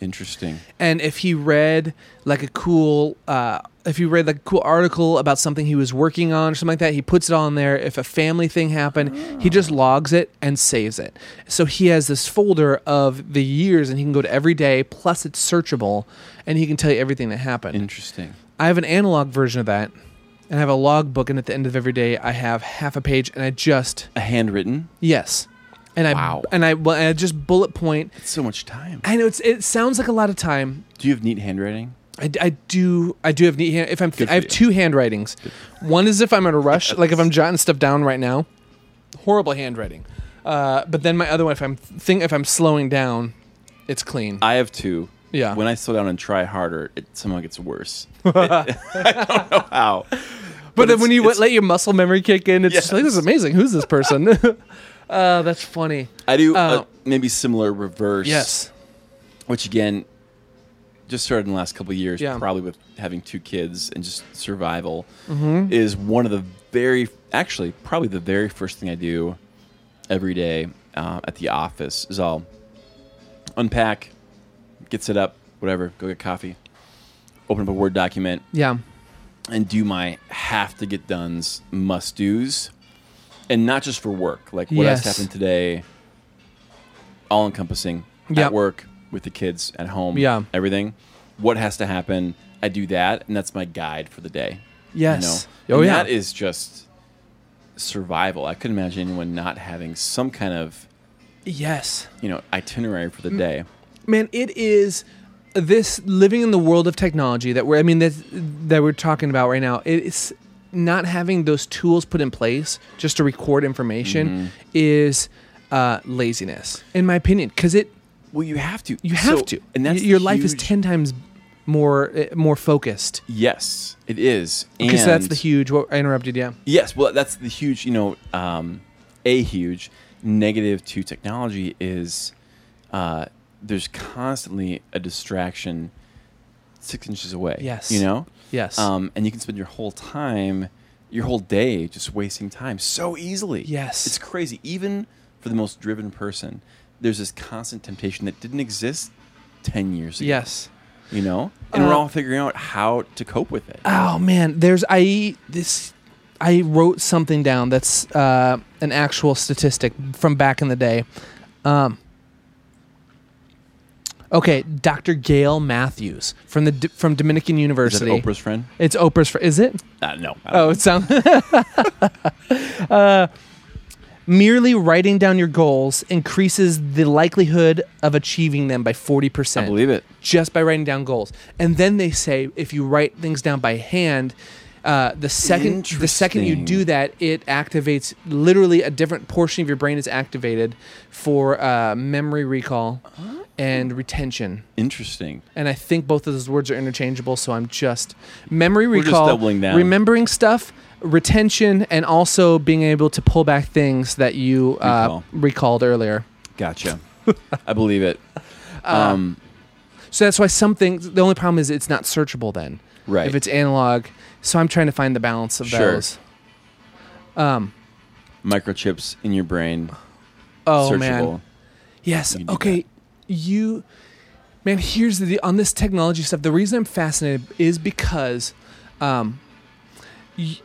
S12: interesting.
S1: and if he read like a cool uh, if he read like a cool article about something he was working on or something like that he puts it on there if a family thing happened he just logs it and saves it so he has this folder of the years and he can go to every day plus it's searchable and he can tell you everything that happened
S12: Interesting.
S1: i have an analog version of that and I have a log book, and at the end of every day, I have half a page, and I just
S12: a handwritten.
S1: Yes, and
S12: Wow.
S1: I and I well, and I just bullet point.
S12: It's so much time.
S1: I know it's it sounds like a lot of time.
S12: Do you have neat handwriting?
S1: I, I do I do have neat hand if I'm
S12: Good for
S1: I have
S12: you.
S1: two handwritings. One is if I'm in a rush, like if I'm jotting stuff down right now. Horrible handwriting. Uh, but then my other one, if I'm think if I'm slowing down, it's clean.
S12: I have two.
S1: Yeah.
S12: When I slow down and try harder, it somehow gets worse. I don't know how.
S1: But, then
S12: it's-
S1: when you
S12: it's-
S1: let your muscle memory kick in, it's just like this is amazing. Who's this
S12: *laughs*
S1: person? *laughs* uh, that's funny.
S12: I do
S1: Uh,
S12: uh, maybe similar reverse.
S1: Yes.
S12: Which again, just started in the last couple of years,
S1: Yeah.
S12: probably with having two kids and just survival,
S1: Mhm.
S12: is one of the very, actually, probably the very first thing I do every day uh, at the office is I'll unpack, get set up, whatever, go get coffee, open up a Word document,
S1: yeah.
S12: and do my have to get done's must do's and not just for work like what
S1: Yes.
S12: has happened today all encompassing
S1: Yep.
S12: at work with the kids at home
S1: Yeah.
S12: everything what has to happen i do that and that's my guide for the day
S1: Yes.
S12: you know?
S1: Oh,
S12: And
S1: yeah.
S12: that is just survival i couldn't imagine anyone not having some kind of
S1: Yes.
S12: you know itinerary for the
S1: Mm.
S12: day
S1: man it is this living in the world of technology that we're i mean that that we're talking about right now it's not having those tools put in place just to record information
S12: Mm-hmm.
S1: is uh, laziness in my opinion because it
S12: well you have to
S1: you have
S12: So-
S1: to
S12: and that's
S1: your
S12: the
S1: life is
S12: huge-
S1: 10 times more uh, more focused
S12: yes it is
S1: because that's
S12: And-
S1: the huge what i interrupted yeah
S12: Yes, well, that's the huge, you know, um, a huge negative to technology is uh, there's constantly a distraction six inches away.
S1: Yes.
S12: You know?
S1: Yes.
S12: Um, and you can spend your whole time, your whole day just wasting time so easily. Yes. It's crazy. Even for the most driven person, there's this constant temptation that didn't exist 10 years ago.
S1: Yes.
S12: You know? And we're
S1: Uh,
S12: all figuring out how to cope with it.
S1: Oh man, there's I this I wrote something down that's uh, an actual statistic from back in the day. Um, okay, Dr. Gail Matthews from the D- from Dominican University.
S12: Oprah's friend?
S1: It's Oprah's friend. Is it?
S12: Uh, no. I don't
S1: Oh, it sounds. uh, merely writing down your goals increases the likelihood of achieving them by 40%. I believe
S12: it.
S1: Just by writing down goals. And then they say if you write things down by hand, uh, the second the second you do that, it activates literally a different portion of your brain is activated for uh, memory recall and retention.
S12: Interesting.
S1: And I think both of those words are interchangeable, so I'm just memory
S12: We're just
S1: recall,
S12: doubling down.
S1: remembering stuff, retention, and also being able to pull back things that you uh,
S12: Recall.
S1: recalled earlier.
S12: Gotcha. I believe it.
S1: Uh,
S12: Um,
S1: So that's why some things. The only problem is it's not searchable then,
S12: Right.
S1: If it's analog, so I'm trying to find the balance of
S12: Sure.
S1: those. Um.
S12: microchips in your brain.
S1: Oh
S12: searchable.
S1: man. Yes. Okay. You, man. Here's the on this technology stuff. The reason I'm fascinated is because, um, y-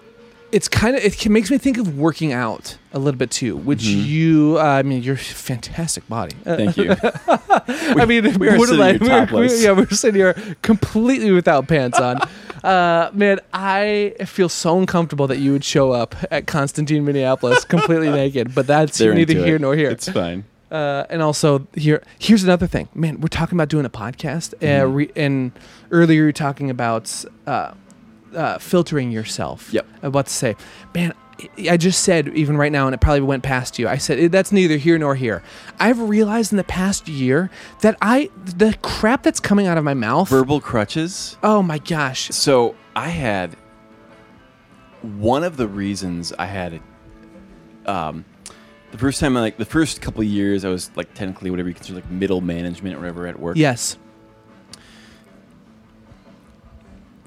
S1: it's kind of it can, makes me think of working out a little bit too. Which
S12: Mhm.
S1: you, uh, I mean, your fantastic body. Uh,
S12: Thank you.
S1: *laughs* I mean,
S12: we are sitting
S1: borderline- we're-
S12: here
S1: we're-
S12: topless.
S1: yeah, we're sitting here completely without pants on.
S12: *laughs*
S1: Uh, man, I feel so uncomfortable that you would show up at Constantine, Minneapolis,
S12: *laughs*
S1: completely naked. But that's
S12: They're
S1: neither
S12: into
S1: here
S12: it.
S1: nor here.
S12: It's fine.
S1: Uh, and also here, here's another thing, man. We're talking about doing a podcast, uh,
S12: Mhm.
S1: re- and earlier you were talking about uh, uh, filtering yourself. Yep. I'm about to say, man. I- I just said even right now, and it probably went past you. I said "Eh, that's neither here nor here. I've realized in the past year that I the crap that's coming out of my mouth.
S12: Verbal crutches.
S1: Oh my gosh.
S12: So I had one of the reasons I had um, the first time, like the first couple of years, I was like technically whatever you consider like middle management or whatever at work.
S1: Yes.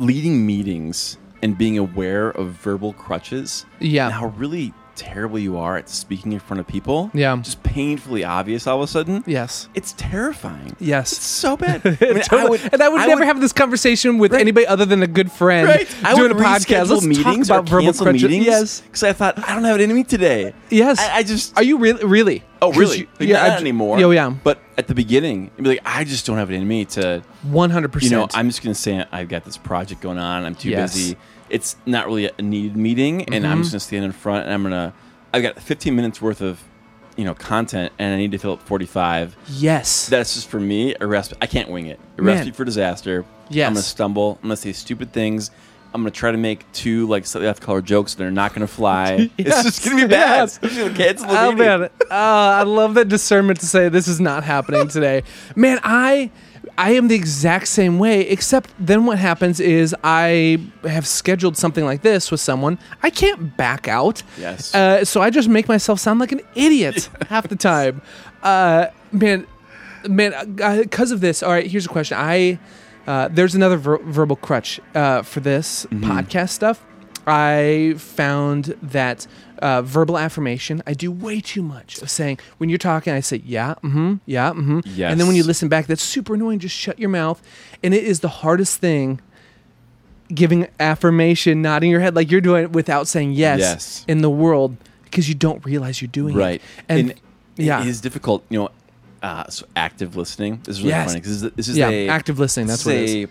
S12: leading meetings and being aware of verbal crutches
S1: Yeah.
S12: and how really terrible you are at speaking in front of people
S1: Yeah.
S12: just painfully obvious all of a sudden
S1: yes
S12: it's terrifying
S1: Yes.
S12: it's
S1: *laughs*
S12: so bad
S1: It totally- and I would never have this conversation with anybody other than a good friend
S12: right I
S1: doing
S12: would
S1: a podcast.
S12: reschedule
S1: Let's
S12: meetings
S1: talk about
S12: or
S1: verbal
S12: cancel
S1: crutches.
S12: meetings
S1: Yes.
S12: because I thought I don't have it in me today
S1: Yes.
S12: I, I just
S1: Are you really really?
S12: oh
S1: 'Cause
S12: really
S1: you-
S12: Like,
S1: yeah,
S12: not
S1: I-
S12: anymore
S1: yeah, yeah.
S12: but at the beginning it'd be like I just don't have it in me to
S1: 100%.
S12: you know I'm just gonna say I've got this project going on I'm too
S1: Yes. Mm-hmm.
S12: busy it's not really a needed meeting, and I'm
S14: Mhm.
S12: just gonna stand in front, and I'm gonna. I've got 15 minutes worth of, you know, content, and I need to fill up 45.
S1: Yes.
S12: That's just for me. A recipe. I can't wing it. A
S1: Man.
S12: recipe for disaster.
S1: Yes.
S12: I'm gonna stumble. I'm gonna say stupid things. I'm gonna try to make two like slightly off-color jokes that are not gonna fly. *laughs* It's just gonna be bad. It's gonna cancel the
S1: oh
S12: meeting.
S1: man, uh, I love that discernment to say this is not happening today. man, I I am the exact same way. Except then what happens is I have scheduled something like this with someone. I can't back out.
S12: Yes.
S1: Uh, so I just make myself sound like an
S12: *laughs*
S1: idiot half the time. Uh, man, man, uh, because of this. All right, here's a question. I uh, there's another ver- verbal crutch uh, for this
S12: Mm-hmm.
S1: podcast stuff. I found that uh, verbal affirmation. I do way too much of saying when you're talking. I say yeah, mm-hmm, yeah, mm-hmm, and then when you
S12: Yes.
S1: listen back, that's super annoying. Just shut your mouth. And it is the hardest thing. Giving affirmation, nodding your head like you're doing it without saying yes,
S12: Yes.
S1: in the world because you don't realize you're doing it.
S12: right.
S1: And, yeah,
S12: it is difficult. You know, uh, so active listening This is really
S1: Yes.
S12: funny 'cause this is, this is
S1: Yeah,
S12: a-
S1: active listening,
S12: this
S1: that's what it
S12: is. A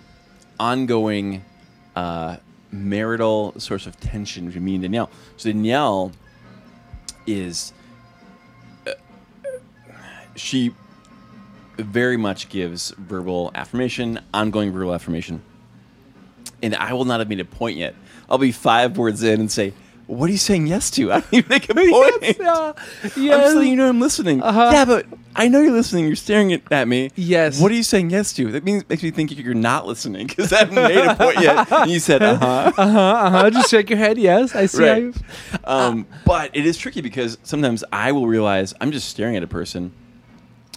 S12: ongoing uh, marital source of tension between me and Danielle. So Danielle is uh, she very much gives verbal affirmation, ongoing verbal affirmation. And I will not have made a point yet. I'll be five words in and say, "What are *laughs* you saying yes to?" I don't even
S1: *laughs*
S12: make a point. I'm just letting you know I'm listening.
S1: Uh-huh.
S12: Yeah, but I know you're listening. You're staring at, at me. Yes. What are you saying yes to? That means makes me think you're not listening because I haven't made a point yet.
S1: *laughs*
S12: And you said, "Uh huh."
S1: uh huh, uh huh. Just shake your head. Yes, I see. how you-
S12: right. Um, but it is tricky because sometimes I will realize I'm just staring at a person.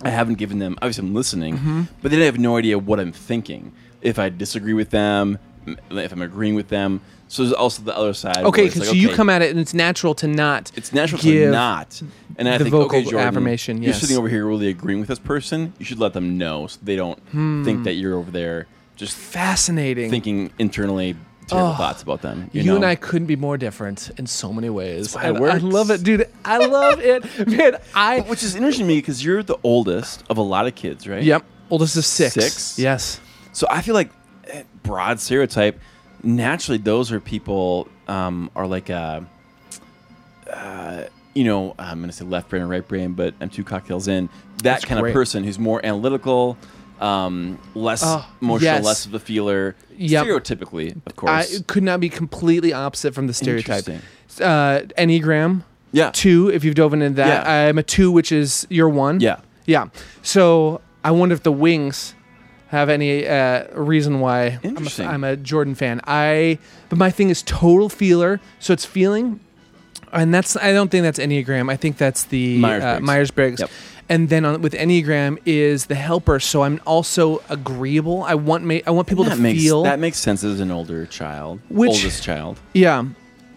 S12: I haven't given them. Obviously, I'm listening,
S1: Mhm.
S12: but then I have no idea what I'm thinking. If I disagree with them, m- if I'm agreeing with them. So there's also the other side.
S1: Okay,
S12: where it's
S1: because
S12: like,
S1: you
S12: okay,
S1: come at it, and it's natural to not.
S12: It's natural
S1: give
S12: to not. And I
S1: the
S12: think
S1: vocal
S12: okay, Jordan,
S1: affirmation.
S12: You're
S1: Yes.
S12: sitting over here really agreeing with this person. You should let them know so they don't
S1: Hmm.
S12: think that you're over there just
S1: Fascinating.
S12: thinking internally terrible
S1: Oh,
S12: thoughts about them.
S1: You,
S12: You, know?
S1: and I couldn't be more different in so many ways.
S12: why it
S1: And I
S12: works.
S1: love it, dude. I love it, *laughs* man. I
S12: which is interesting to me because you're the oldest of a lot of kids, right?
S1: Yep. Oldest of six.
S12: Six.
S1: Yes.
S12: So I feel like eh, broad stereotype. Naturally, those are people um, are like, uh, uh, you know, I'm going to say left brain or right brain, but I'm two cocktails in. That
S1: That's
S12: kind
S1: great.
S12: of person who's more analytical, um, less
S1: Oh,
S12: emotional,
S1: yes.
S12: less of a feeler.
S1: Yep.
S12: Stereotypically, of
S1: I
S12: course.
S1: could not be completely opposite from the stereotype.
S12: Interesting.
S1: Uh, Enneagram.
S12: Yeah.
S1: Two, if you've dove into that. I'm a two, which is your one.
S12: Yeah.
S1: Yeah. So I wonder if the wings have any uh, reason why I'm a f-
S12: Interesting.
S1: I'm a Jordan fan. I but my thing is total feeler, so it's feeling, and that's I don't think that's Enneagram. I think that's the uh,
S12: Myers-Briggs.
S1: Myers Briggs. And then on, with Enneagram is the helper, so I'm also agreeable. I want ma- I want people
S12: that
S1: to
S12: makes
S1: feel
S12: that makes sense as an older child,
S1: Which-
S12: oldest child.
S1: yeah.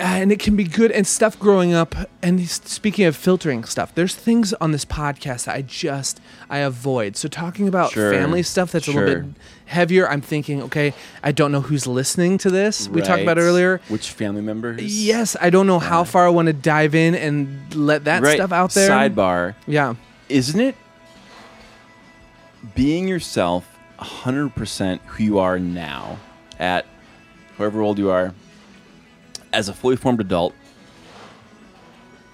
S1: And it can be good and stuff growing up. And s- speaking of filtering stuff, there's things on this podcast that I just I avoid. So talking about
S12: Sure.
S1: family stuff that's a little
S12: Sure.
S1: bit heavier, I'm thinking, okay, I don't know who's listening to this. We talked about
S12: Right.
S1: earlier.
S12: Which family members?
S1: Yes, I don't know how far I want to dive in and let that
S12: Right.
S1: stuff out there.
S12: Sidebar.
S1: Yeah.
S12: Isn't it being yourself 100% who you are now at however old you are as a fully formed adult?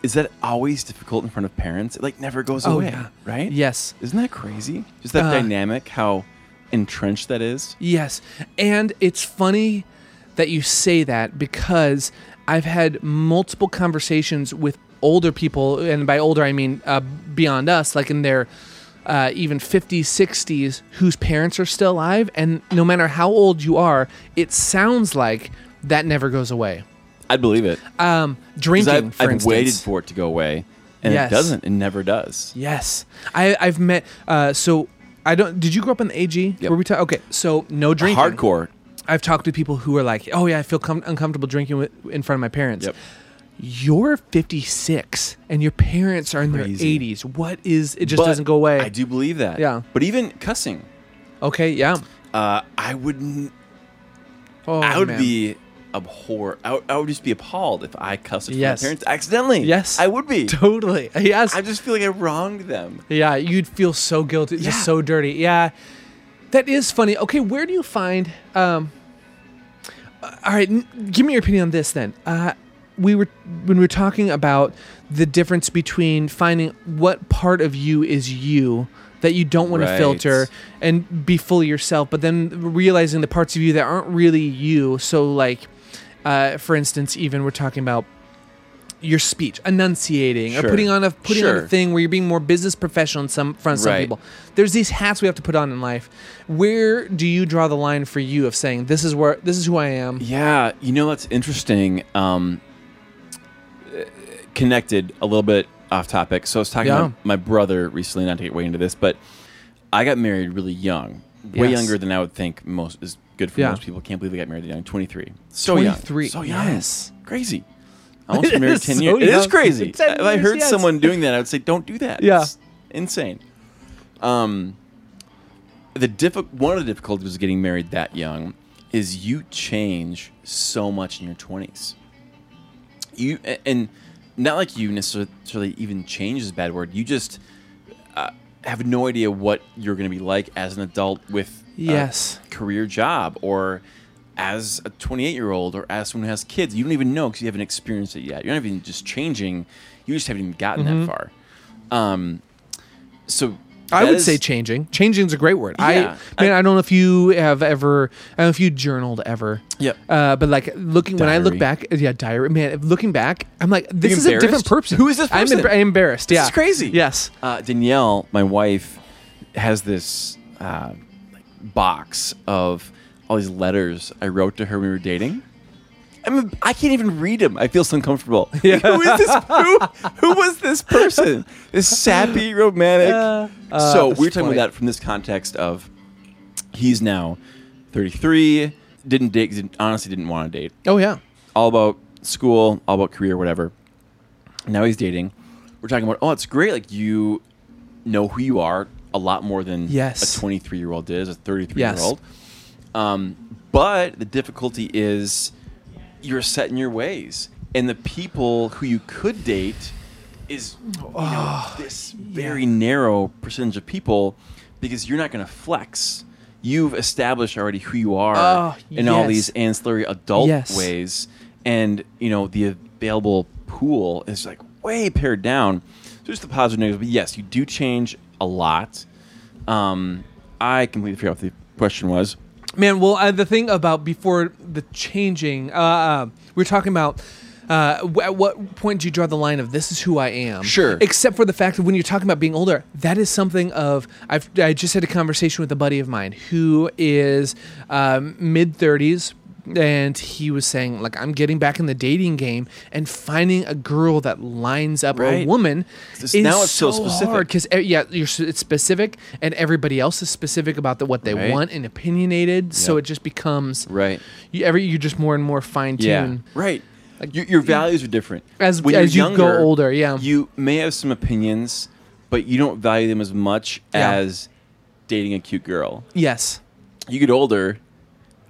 S12: Is that always difficult in front of parents? It like never goes
S1: Oh,
S12: away,
S1: yeah.
S12: right?
S1: Yes.
S12: Isn't that crazy? Just that
S1: Uh,
S12: dynamic, how entrenched that is.
S1: Yes. And it's funny that you say that because I've had multiple conversations with older people, and by older, I mean uh, beyond us, like in their uh, even 50s, 60s, whose parents are still alive. And no matter how old you are, it sounds like that never goes away.
S12: I'd believe it.
S1: Um,
S12: 'Cause
S1: drinking,
S12: I've,
S1: for
S12: I've
S1: instance.
S12: waited for it to go away, and
S1: Yes.
S12: it doesn't. It never does.
S1: Yes, I, I've met. Uh, so I don't. Did you grow up in the AG? Were we ta- okay? So no drinking.
S12: Hardcore.
S1: I've talked to people who are like, "Oh yeah, I feel com- uncomfortable drinking with, in front of my parents." Yep. You're 56 and your parents are in
S12: Crazy.
S1: their 80s. What is it? Just
S12: But
S1: doesn't go away.
S12: I do believe that.
S1: Yeah.
S12: But even cussing.
S1: Okay. Yeah.
S12: Uh, I wouldn't.
S1: Oh,
S12: I would
S1: man.
S12: be abhor. I would, I would just be appalled if I cussed at
S1: Yes.
S12: my parents accidentally.
S1: Yes.
S12: I would
S1: *laughs*
S12: be.
S1: Totally. Yes. I
S12: just feel like I wronged them.
S1: Yeah, you'd feel so guilty, just so dirty. Yeah, that is funny. Okay, where do you find? Um, all right, n- give me your opinion on this then. Uh, we were when we were talking about the difference between finding what part of you is you that you don't want to
S12: Right.
S1: filter and be fully yourself, but then realizing the parts of you that aren't really you. So, like, uh, for instance, even we're talking about your speech, enunciating, or
S12: Sure.
S1: putting on a putting on a
S12: Sure.
S1: thing where you're being more business professional in some front of some
S12: Right.
S1: people. There's these hats we have to put on in life. Where do you draw the line for you of saying this is where this is who I am?
S12: Yeah, uh, you know that's interesting. Um, uh, connected a little bit off topic. So I was talking
S1: Yeah.
S12: to my brother recently, not to get way into this, but I got married really young, way
S1: Yes.
S12: younger than I would think most is good for
S1: Yeah.
S12: most people. Can't believe I got married that young, twenty three. So young.
S1: 23.
S12: so young,
S1: Yes. *laughs*
S12: crazy. I almost
S1: It
S12: been married
S1: is
S12: ten
S1: so
S12: years. It is
S1: young. *laughs*
S12: crazy.
S1: 10
S12: if I
S1: years,
S12: heard
S1: yes.
S12: someone doing that, I would say, "Don't do that."
S1: Yeah.
S12: It's insane. Um, the diffi- one of the difficulties of getting married that young is you change so much in your 20s you a- and not like you necessarily even change is a bad word you just uh, have no idea what you're going to be like as an adult with a
S1: Yes.
S12: career job or as a 28 year old or as someone who has kids you don't even know because you haven't experienced it yet you're not even just changing you just haven't even gotten
S1: Mhm.
S12: that far um, so
S1: I
S12: that
S1: would
S12: is-
S1: say changing. Changing is a great word.
S12: Yeah.
S1: I man, I, don't know if you have ever. I don't know if you journaled ever.
S12: Yep.
S1: Uh, but like looking when I look
S12: Diary.
S1: back, yeah, diary. Man, if looking back, I'm like, this
S12: You
S1: is a different
S12: embarrassed?
S1: person.
S12: Who is this
S1: I'm,
S12: person?
S1: embar- I'm embarrassed.
S12: This
S1: yeah,
S12: is crazy.
S1: Yes.
S12: Uh, Danielle, my wife, has this uh, like box of all these letters I wrote to her when we were dating. I'm, I can't even read them. I feel
S1: *laughs*
S12: so uncomfortable.
S1: Yeah.
S12: who is this? Who, who was this person? This sappy romantic.
S1: Uh, uh,
S12: so
S1: that's
S12: we're talking
S1: funny.
S12: about that from this context of he's now 33. Didn't date. Didn't, honestly, didn't want to date
S1: Oh yeah.
S12: all about school, all about career, whatever. Now he's dating. We're talking about, oh, it's great. Like you know who you are a lot more than
S1: Yes.
S12: a 23 year old did, as a 33
S1: Yes.
S12: year old. Um, but the difficulty is you're set in your ways, and the people who you could date is you know,
S1: Ah,
S12: this very narrow percentage of people because you're not going to flex. You've established already who you are
S1: Oh,
S12: Uh, in all
S1: yes.
S12: these ancillary adult
S1: Yes.
S12: ways, and you know the available pool is like way pared down. So just the positive negatives, but yes, you do change a lot. Um, I completely forgot what the question was.
S1: Man, well, uh, the thing about before the changing, uh, uh, we were talking about uh, w- at what point do you draw the line of this is who I am?
S12: Sure.
S1: Except for the fact that when you're talking about being older, that is something of I've I just had a conversation with a buddy of mine who is um, mid 30s. And he was saying, like, I'm getting back in the dating game and finding a girl that lines up a
S12: Right.
S1: woman.
S12: 'Cause
S1: is
S12: now it's so specific.
S1: hard because yeah, you're, s- it's specific, and everybody else is specific about the, what they
S12: Right.
S1: want and opinionated. So
S12: Yep.
S1: it just becomes
S12: Right.
S1: You, every you're just more and more fine tuned.
S12: Right. your, your values are different.
S1: As-
S12: When you're
S1: as you go
S12: younger,
S1: older, yeah.
S12: You may have some opinions, but you don't value them as much
S1: Yeah.
S12: as dating a cute girl.
S1: Yes.
S12: You get older,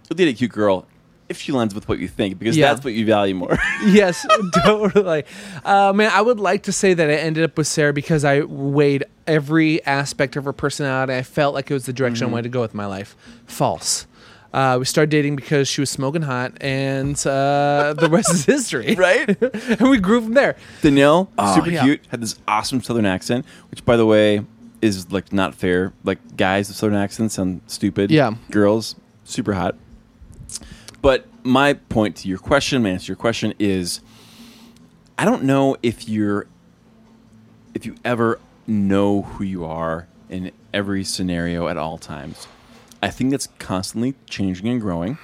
S12: you'll date a cute girl if she lines with what you think because
S1: Yeah.
S12: that's what you value more. *laughs*
S1: yes, *laughs* totally. Uh, man, I would like to say that I ended up with Sarah because I weighed every aspect of her personality. I felt like it was the
S12: Mm-hmm.
S1: direction I wanted to go with my life. False. Uh, we started dating because she was smoking hot, and uh, the rest is history.
S12: *laughs* Right?
S1: *laughs* and we grew from there.
S12: Danielle,
S1: Oh,
S12: super
S1: yeah.
S12: cute, had this awesome southern accent, which by the way is like not fair. Like guys with southern accents sound stupid.
S1: Yeah.
S12: Um, Girls, super hot. But my point to your question, my answer to your question is I don't know if you're if you ever know who you are in every scenario at all times. I think that's constantly changing and growing.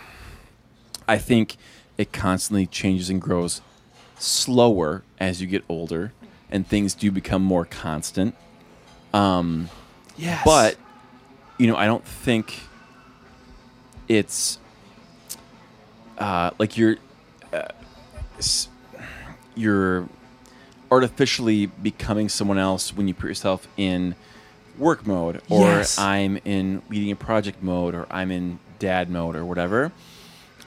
S12: I think it constantly changes and grows slower as you get older, and things do become more constant. Um,
S1: Yes.
S12: But you know, I don't think it's uh, like you're uh, s- you're artificially becoming someone else when you put yourself in work mode or
S1: Yes.
S12: I'm in leading a project mode or I'm in dad mode or whatever.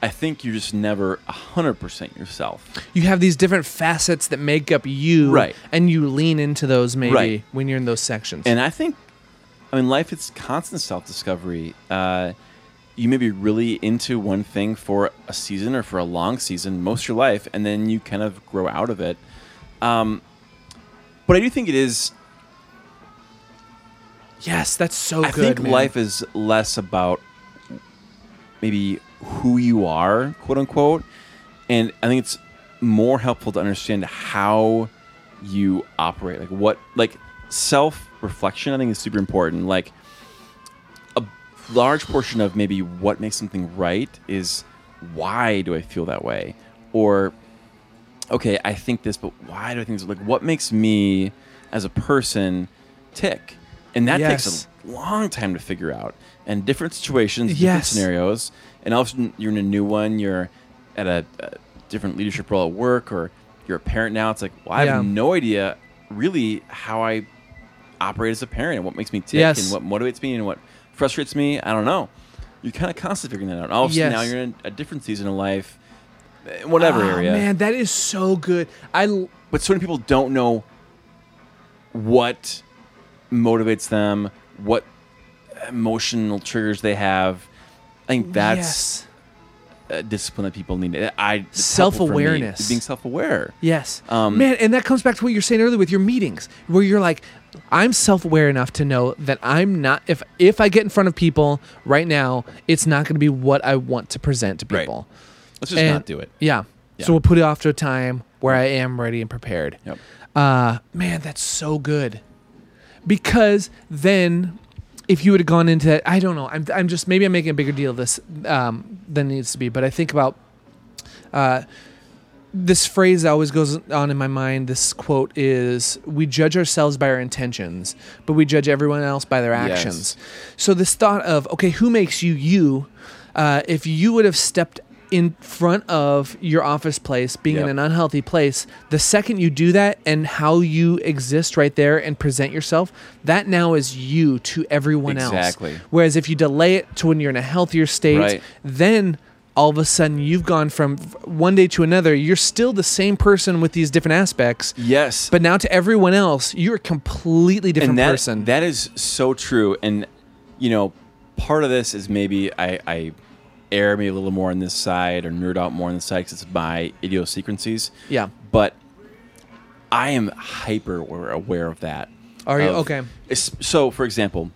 S12: I think you're just never 100% yourself.
S1: you have these different facets that make up you
S12: Right.
S1: and you lean into those maybe
S12: Right.
S1: when you're in those sections
S12: And I think, I mean, life is constant self discovery. Uh, you may be really into one thing for a season or for a long season, most of your life, and then you kind of grow out of it. Um, but I do think it is.
S1: Yes, that's so
S12: I
S1: good.
S12: think
S1: man.
S12: life is less about maybe who you are, quote unquote, and I think it's more helpful to understand how you operate, like what, like self reflection. I think is super important. Like a large portion of maybe what makes something right is why do I feel that way, or okay, I think this, but why do I think this? Like, what makes me as a person tick? And that
S1: Yes.
S12: takes a long time to figure out. And different situations, different
S1: Yes.
S12: scenarios, and all of a sudden you're in a new one. You're at a, a different leadership role at work, or you're a uh, parent now. It's like, well, I
S1: Yeah.
S12: have no idea really how I operate as a parent and what makes me tick
S1: Yes.
S12: and what motivates me and what frustrates me. I don't know. You're kind of constantly figuring that out. All of a sudden
S1: Yes.
S12: now you're in a different season of life, eh, whatever
S1: Oh,
S12: area.
S1: Man, that is so good. I l-
S12: But so many people don't know what motivates them, what emotional triggers they have. I think that's a discipline that people need. I it's helpful for me,
S1: Self-awareness.
S12: being self-aware.
S1: Yes.
S12: Um,
S1: Man, and that comes back to what you were saying earlier with your meetings, where you're like, I'm self-aware enough to know that I'm not if if I get in front of people right now, it's not going to be what I want to present to people.
S12: Let's just not do it.
S1: Yeah.
S12: Yeah.
S1: So we'll put it off to a time where I am ready and prepared.
S12: Yep.
S1: Uh, man, that's so good. Because then, if you would have gone into that, I don't know. I'm, I'm just maybe I'm making a bigger deal of this um, than it needs to be. But I think about uh, this phrase that always goes on in my mind. This quote is: "We judge ourselves by our intentions, but we judge everyone else by their
S12: Yes.
S1: actions." So this thought of okay, who makes you you? Uh, if you would have stepped in front of your office place, being
S12: Yep.
S1: in an unhealthy place, the second you do that and how you exist right there and present yourself, that now is you to everyone else.
S12: Exactly.
S1: Whereas if you delay it to when you're in a healthier state,
S12: Right.
S1: then all of a sudden you've gone from one day to another. You're still the same person with these different aspects,
S12: Yes.
S1: but now to everyone else, you're a completely different
S12: and that,
S1: person.
S12: That is so true. And you know, part of this is maybe I, I err maybe a little more on this side or nerd out more on this side because it's my idiosyncrasies.
S1: Yeah.
S12: But I am hyper aware- aware of that.
S1: Are you-
S12: Of-
S1: okay.
S12: it's- So, for example,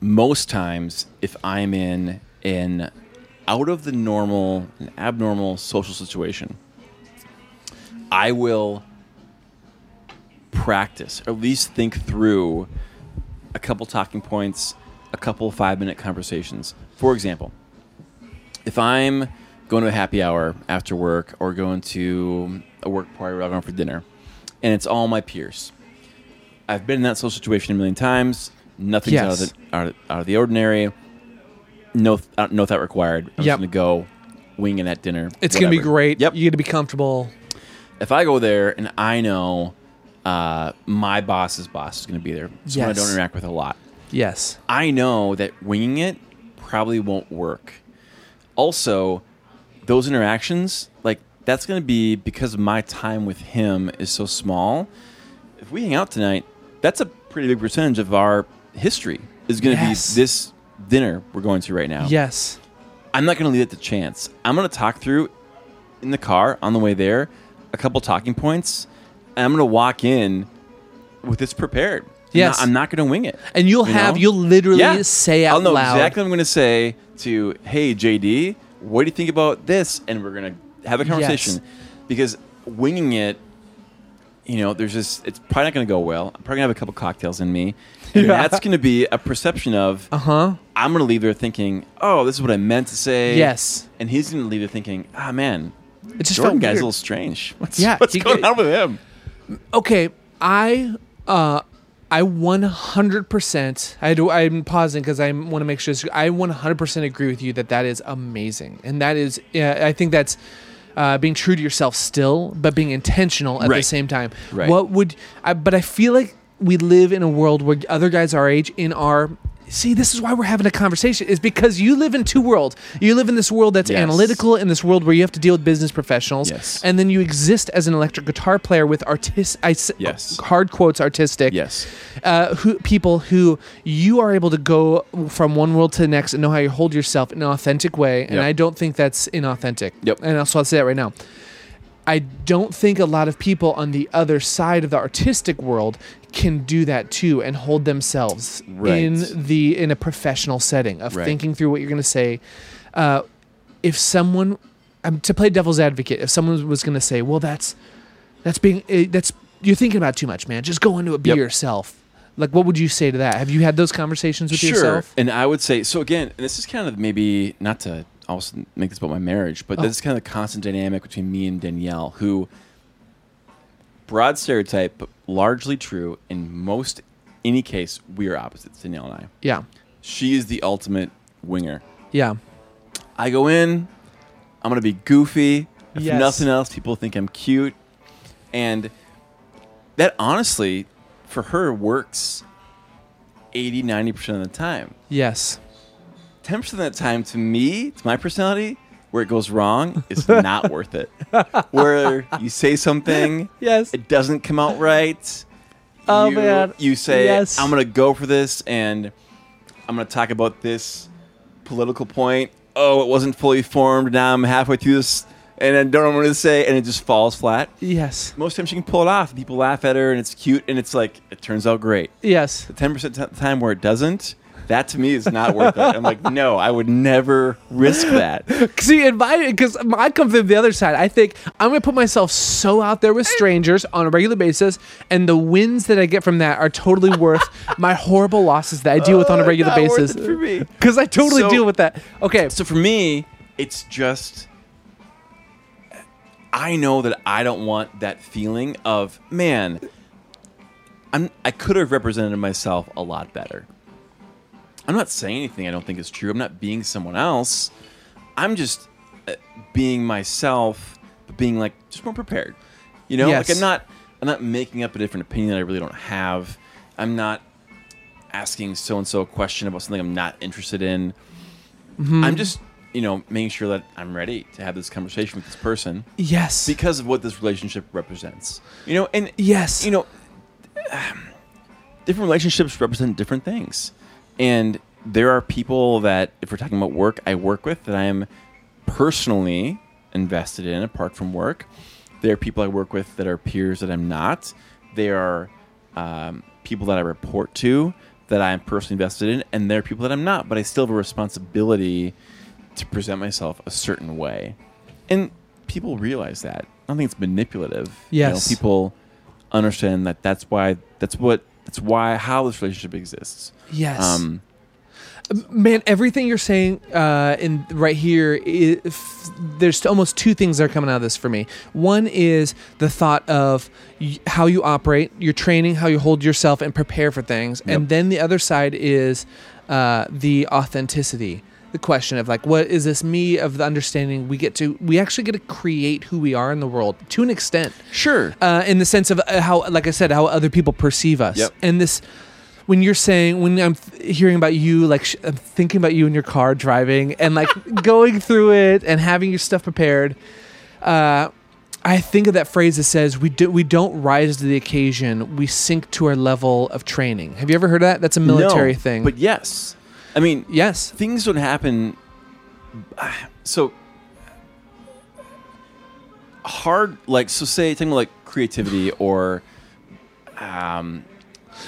S12: most times if I'm in an out of the normal, an abnormal social situation, I will practice, or at least think through a couple talking points, a couple five minute conversations. For example, if I'm going to a happy hour after work or going to a work party or I'm going for dinner, and it's all my peers, I've been in that social situation a million times. Nothing's out,
S1: Yes.
S12: of the, out, of, out of the ordinary. No, th- uh, no thought required.
S1: Yep.
S12: I'm just going to go winging that dinner.
S1: it's going to be
S12: whatever.
S1: great. Yep. You got to be comfortable.
S12: If I go there and I know uh, my boss's boss is going to be there, someone I
S1: Yes.
S12: don't interact with a lot,
S1: Yes.
S12: I know that winging it probably won't work. Also, those interactions, like that's going to be because my time with him is so small. If we hang out tonight, that's a pretty big percentage of our history is going to
S1: Yes.
S12: be this dinner we're going to right now.
S1: Yes.
S12: I'm not going to leave it to chance. I'm going to talk through in the car on the way there a couple talking points, and I'm going to walk in with this prepared. I'm
S1: Yes.
S12: not- I'm not going to wing it.
S1: And you'll
S12: you
S1: have,
S12: know?
S1: you'll literally
S12: Yeah.
S1: say out
S12: I'll know
S1: loud.
S12: exactly what I'm going to say to, hey, JD, what do you think about this? And we're going to have a conversation.
S1: Yes.
S12: Because winging it, you know, there's just, it's probably not going to go well. I'm probably going to have a couple cocktails in me.
S1: *laughs*
S12: And
S1: Yeah.
S12: that's going to be a perception of,
S1: Uh huh.
S12: I'm going to leave there thinking, oh, this is what I meant to say.
S1: Yes.
S12: And he's going to leave there thinking, ah, man,
S1: It just
S12: Jordan
S1: felt
S12: guy's
S1: weird.
S12: a little strange. What's,
S1: Yeah,
S12: what's
S1: he-
S12: going on with him?
S1: okay i uh i 100% i do i'm pausing because i want to make sure this, i 100% agree with you that that is amazing and that is yeah, i think that's uh, being true to yourself still but being intentional at the
S12: Right.
S1: same time
S12: Right.
S1: what would i but i feel like we live in a world where other guys our age in our see, this is why we're having a conversation, is because you live in two worlds. You live in this world that's
S12: Yes.
S1: analytical, in this world where you have to deal with business professionals,
S12: Yes.
S1: and then you exist as an electric guitar player with artist, I, s-
S12: Yes.
S1: hard quotes artistic,
S12: Yes.
S1: uh, who, people who you are able to go from one world to the next and know how you hold yourself in an authentic way. And
S12: Yep.
S1: I don't think that's inauthentic.
S12: Yep.
S1: And also, I'll say that right now. I don't think a lot of people on the other side of the artistic world can do that too and hold themselves
S12: Right.
S1: in the in a professional setting of
S12: Right.
S1: thinking through what you're going to say. Uh, if someone, um, to play devil's advocate, if someone was going to say, "Well, that's that's being eh, that's you're thinking about it too much, man. Just go into it, be
S12: Yep.
S1: yourself." Like, what would you say to that? Have you had those conversations with
S12: sure.
S1: yourself?
S12: And I would say so again, and this is kind of maybe not to also make this about my marriage, but
S1: Oh.
S12: this is kind of the constant dynamic between me and Danielle, who broad stereotype, but largely true in most any case, we are opposites, Danielle and I.
S1: Yeah,
S12: She is the ultimate winger.
S1: yeah,
S12: I go in, I'm gonna be goofy. If
S1: Yes.
S12: nothing else, people think I'm cute. And that honestly, for her, works 80, 90% of the time.
S1: yes.
S12: 10% of that time to me, to my personality, where it goes wrong
S1: *laughs*
S12: is not worth it. Where you say something,
S1: yes,
S12: it doesn't come out right.
S1: Oh,
S12: you,
S1: man.
S12: You say,
S1: Yes.
S12: I'm going to go for this and I'm going to talk about this political point. Oh, it wasn't fully formed. Now I'm halfway through this and I don't know what to say. And it just falls flat.
S1: Yes.
S12: Most times she can pull it off. People laugh at her and it's cute and it's like, it turns out great
S1: Yes.
S12: the ten percent time where it doesn't, that to me is not worth it. I'm like, *laughs* no, I would never risk that.
S1: See, and my because I come from the other side. I think I'm gonna put myself so out there with strangers on a regular basis, and the wins that I get from that are totally
S12: *laughs*
S1: worth my horrible losses that I deal with on a regular
S12: Oh, not worth
S1: basis.
S12: it for me.
S1: Because I totally
S12: So-
S1: deal with that. Okay.
S12: So for me, it's just I know that I don't want that feeling of man. I'm I could have represented myself a lot better. I'm not saying anything I don't think is true. I'm not being someone else. I'm just uh, being myself, but being like just more prepared. You know,
S1: Yes.
S12: like I'm not I'm not making up a different opinion that I really don't have. I'm not asking so and so a question about something I'm not interested in.
S1: Mhm.
S12: I'm just, you know, making sure that I'm ready to have this conversation with this person.
S1: Yes.
S12: Because of what this relationship represents. You know, and
S1: yes,
S12: you know, different relationships represent different things. And there are people that, if we're talking about work, I work with that I am personally invested in apart from work. There are people I work with that are peers that I'm not. There are um, people that I report to that I'm personally invested in, and there are people that I'm not, but I still have a responsibility to present myself a certain way. And people realize that. I don't think it's manipulative. You know,
S1: Yes.
S12: people understand that that's why that's what that's why how this relationship exists.
S1: Yes.
S12: Um,
S1: man, everything you're saying uh, in right here, if, there's almost two things that are coming out of this for me. One is the thought of y- how you operate, your training, how you hold yourself and prepare for things, and
S12: Yep.
S1: then the other side is uh, the authenticity. The question of like, what is this me of the understanding? We get to, we actually get to create who we are in the world to an extent.
S12: Sure.
S1: Uh, in the sense of uh, how, like I said, how other people perceive us.
S12: Yep.
S1: And this, when you're saying, when I'm th- hearing about you, like sh- I'm thinking about you in your car driving and
S12: *laughs*
S1: like going through it and having your stuff prepared. Uh, I think of that phrase that says we do we don't rise to the occasion, we sink to our level of training. Have you ever heard of that? That's a military
S12: No,
S1: thing.
S12: But yes, I mean
S1: yes,
S12: things would happen. So hard, like so. Say talking about like creativity or um,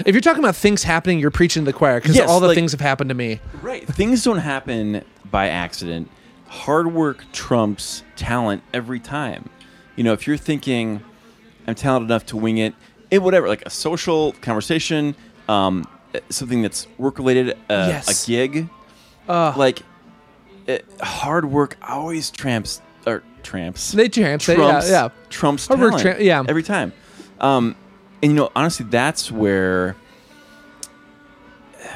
S1: if you're talking about things happening, you're preaching to the choir because
S12: Yes,
S1: all the
S12: like-
S1: things have happened to me.
S12: Right. Things don't happen by accident. Hard work trumps talent every time. You know, if you're thinking, I'm talented enough to wing it, it whatever, like a social conversation, um, uh, something that's work related, uh,
S1: Yes.
S12: a gig, like it, hard work always tramps or tramps.
S1: They tramps, they- yeah, yeah.
S12: Trumps
S1: Hard work
S12: talent.
S1: tramp- yeah.
S12: Every time. Um, and you know, honestly, that's where *sighs*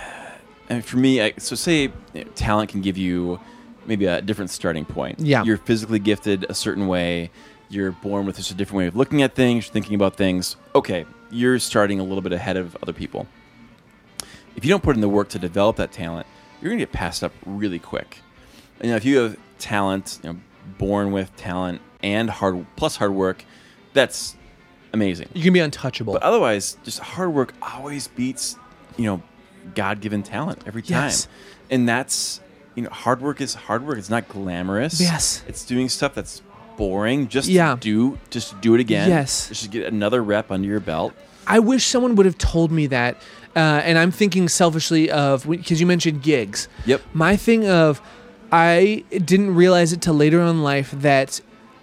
S12: and for me, I, so say you know, talent can give you maybe a different starting point.
S1: Yeah.
S12: You're physically gifted a certain way. You're born with just a different way of looking at things, thinking about things. Okay, you're starting a little bit ahead of other people. if you don't put in the work to develop that talent, you're going to get passed up really quick. And you know, if you have talent, you know, born with talent and hard plus hard work, that's amazing.
S1: You can be untouchable.
S12: But otherwise, just hard work always beats, you know, God given talent every time.
S1: Yes.
S12: And that's, you know, hard work is hard work. It's not glamorous.
S1: Yes.
S12: It's doing stuff that's boring just
S1: Yeah.
S12: to do, just to do it again.
S1: Yes.
S12: Just to get another rep under your belt.
S1: I wish someone would have told me that. Uh, and I'm thinking selfishly of because you mentioned gigs.
S12: Yep.
S1: My thing of I didn't realize it till later on in life that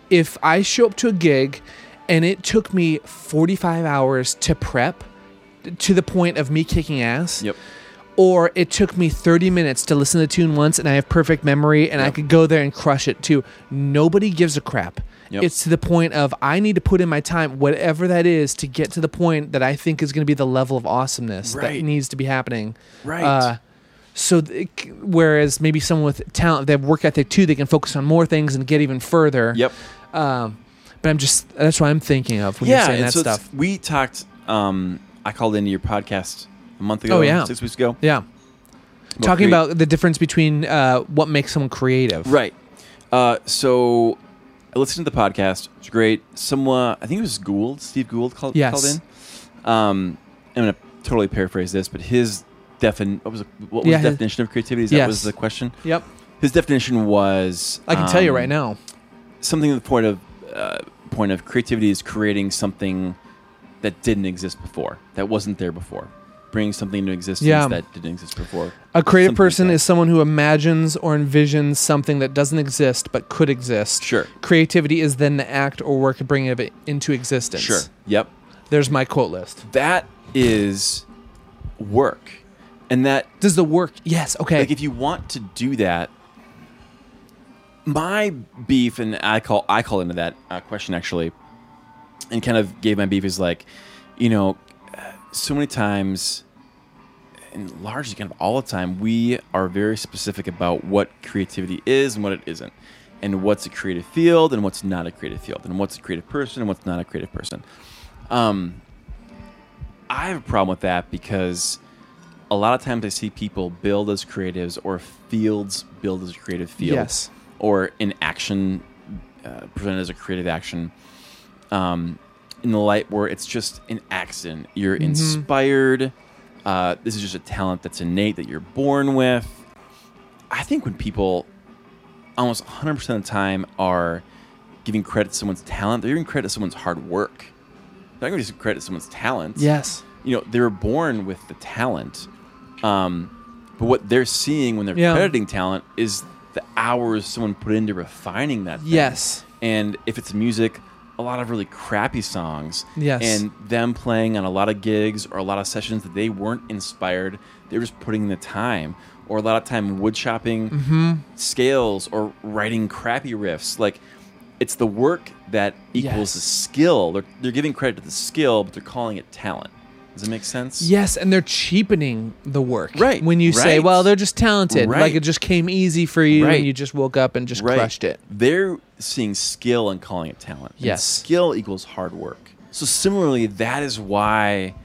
S1: if I show up to a gig and it took me 45 hours to prep to the point of me kicking ass.
S12: Yep.
S1: Or it took me 30 minutes to listen to the tune once and I have perfect memory and I could go there and crush it too. Nobody gives a crap.
S12: Yep.
S1: It's to the point of I need to put in my time, whatever that is, to get to the point that I think is going to be the level of awesomeness
S12: Right.
S1: that needs to be happening.
S12: Right.
S1: Uh, so, th- c- whereas maybe someone with talent, they have work ethic too, they can focus on more things and get even further.
S12: Yep.
S1: Um, but I'm just that's what I'm thinking of when you're saying
S12: and
S1: that
S12: so it's-
S1: stuff.
S12: We talked. Um, I called into your podcast a month ago.
S1: Oh, yeah.
S12: six weeks ago.
S1: Yeah.
S12: About
S1: Talking
S12: crea-
S1: about the difference between uh, what makes someone creative.
S12: right. Uh, so I listened to the podcast. It's great. Someone, I think it was Gould, Steve Gould called,
S1: Yes.
S12: called in. Um, I'm gonna totally paraphrase this, but his defin what was what was
S1: Yeah,
S12: the
S1: his-
S12: definition of creativity? Is that
S1: Yes.
S12: was the question?
S1: Yep.
S12: His definition was.
S1: I can tell you
S12: um,
S1: right now.
S12: something to the point of uh, point of creativity is creating something that didn't exist before, that wasn't there before, bringing something into existence
S1: Yeah.
S12: that didn't exist before.
S1: A creative
S12: Something like
S1: person is someone who imagines or envisions something that doesn't exist but could exist.
S12: Sure.
S1: Creativity is then the act or work of bringing it into existence.
S12: Sure. Yep.
S1: There's my quote list.
S12: That is work, and that
S1: Does the work? Yes. Okay.
S12: Like if you want to do that, my beef and I call I call into that uh, question actually, and kind of gave my beef is like, you know, uh, so many times, and largely kind of all the time, we are very specific about what creativity is and what it isn't. And what's a creative field and what's not a creative field, and what's a creative person and what's not a creative person. Um, I have a problem with that because a lot of times I see people build as creatives or fields build as a creative field.
S1: Yes.
S12: Or an action uh, presented as a creative action um, in the light where it's just an accident. You're
S1: Mhm.
S12: inspired. Uh, this is just a talent that's innate that you're born with. I think when people almost 100% of the time are giving credit to someone's talent, they're giving credit to someone's hard work. They're not going to give credit to someone's talent
S1: Yes.
S12: you know they were born with the talent um, but what they're seeing when they're
S1: Yeah.
S12: crediting talent is the hours someone put into refining that thing.
S1: Yes.
S12: and if it's music a lot of really crappy songs
S1: Yes.
S12: and them playing on a lot of gigs or a lot of sessions that they weren't inspired they were just putting in the time or a lot of time wood shopping
S1: Mhm.
S12: scales or writing crappy riffs like it's the work that equals
S1: Yes.
S12: the skill they're, they're giving credit to the skill but they're calling it talent does it make sense
S1: Yes, and they're cheapening the work.
S12: Right,
S1: When you say,
S12: right.
S1: "Well, they're just talented,"
S12: Right.
S1: like it just came easy for you,
S12: Right.
S1: and you just woke up and just crushed it.
S12: They're seeing skill and calling it talent. And
S1: Yes.
S12: skill equals hard work. So similarly, that is why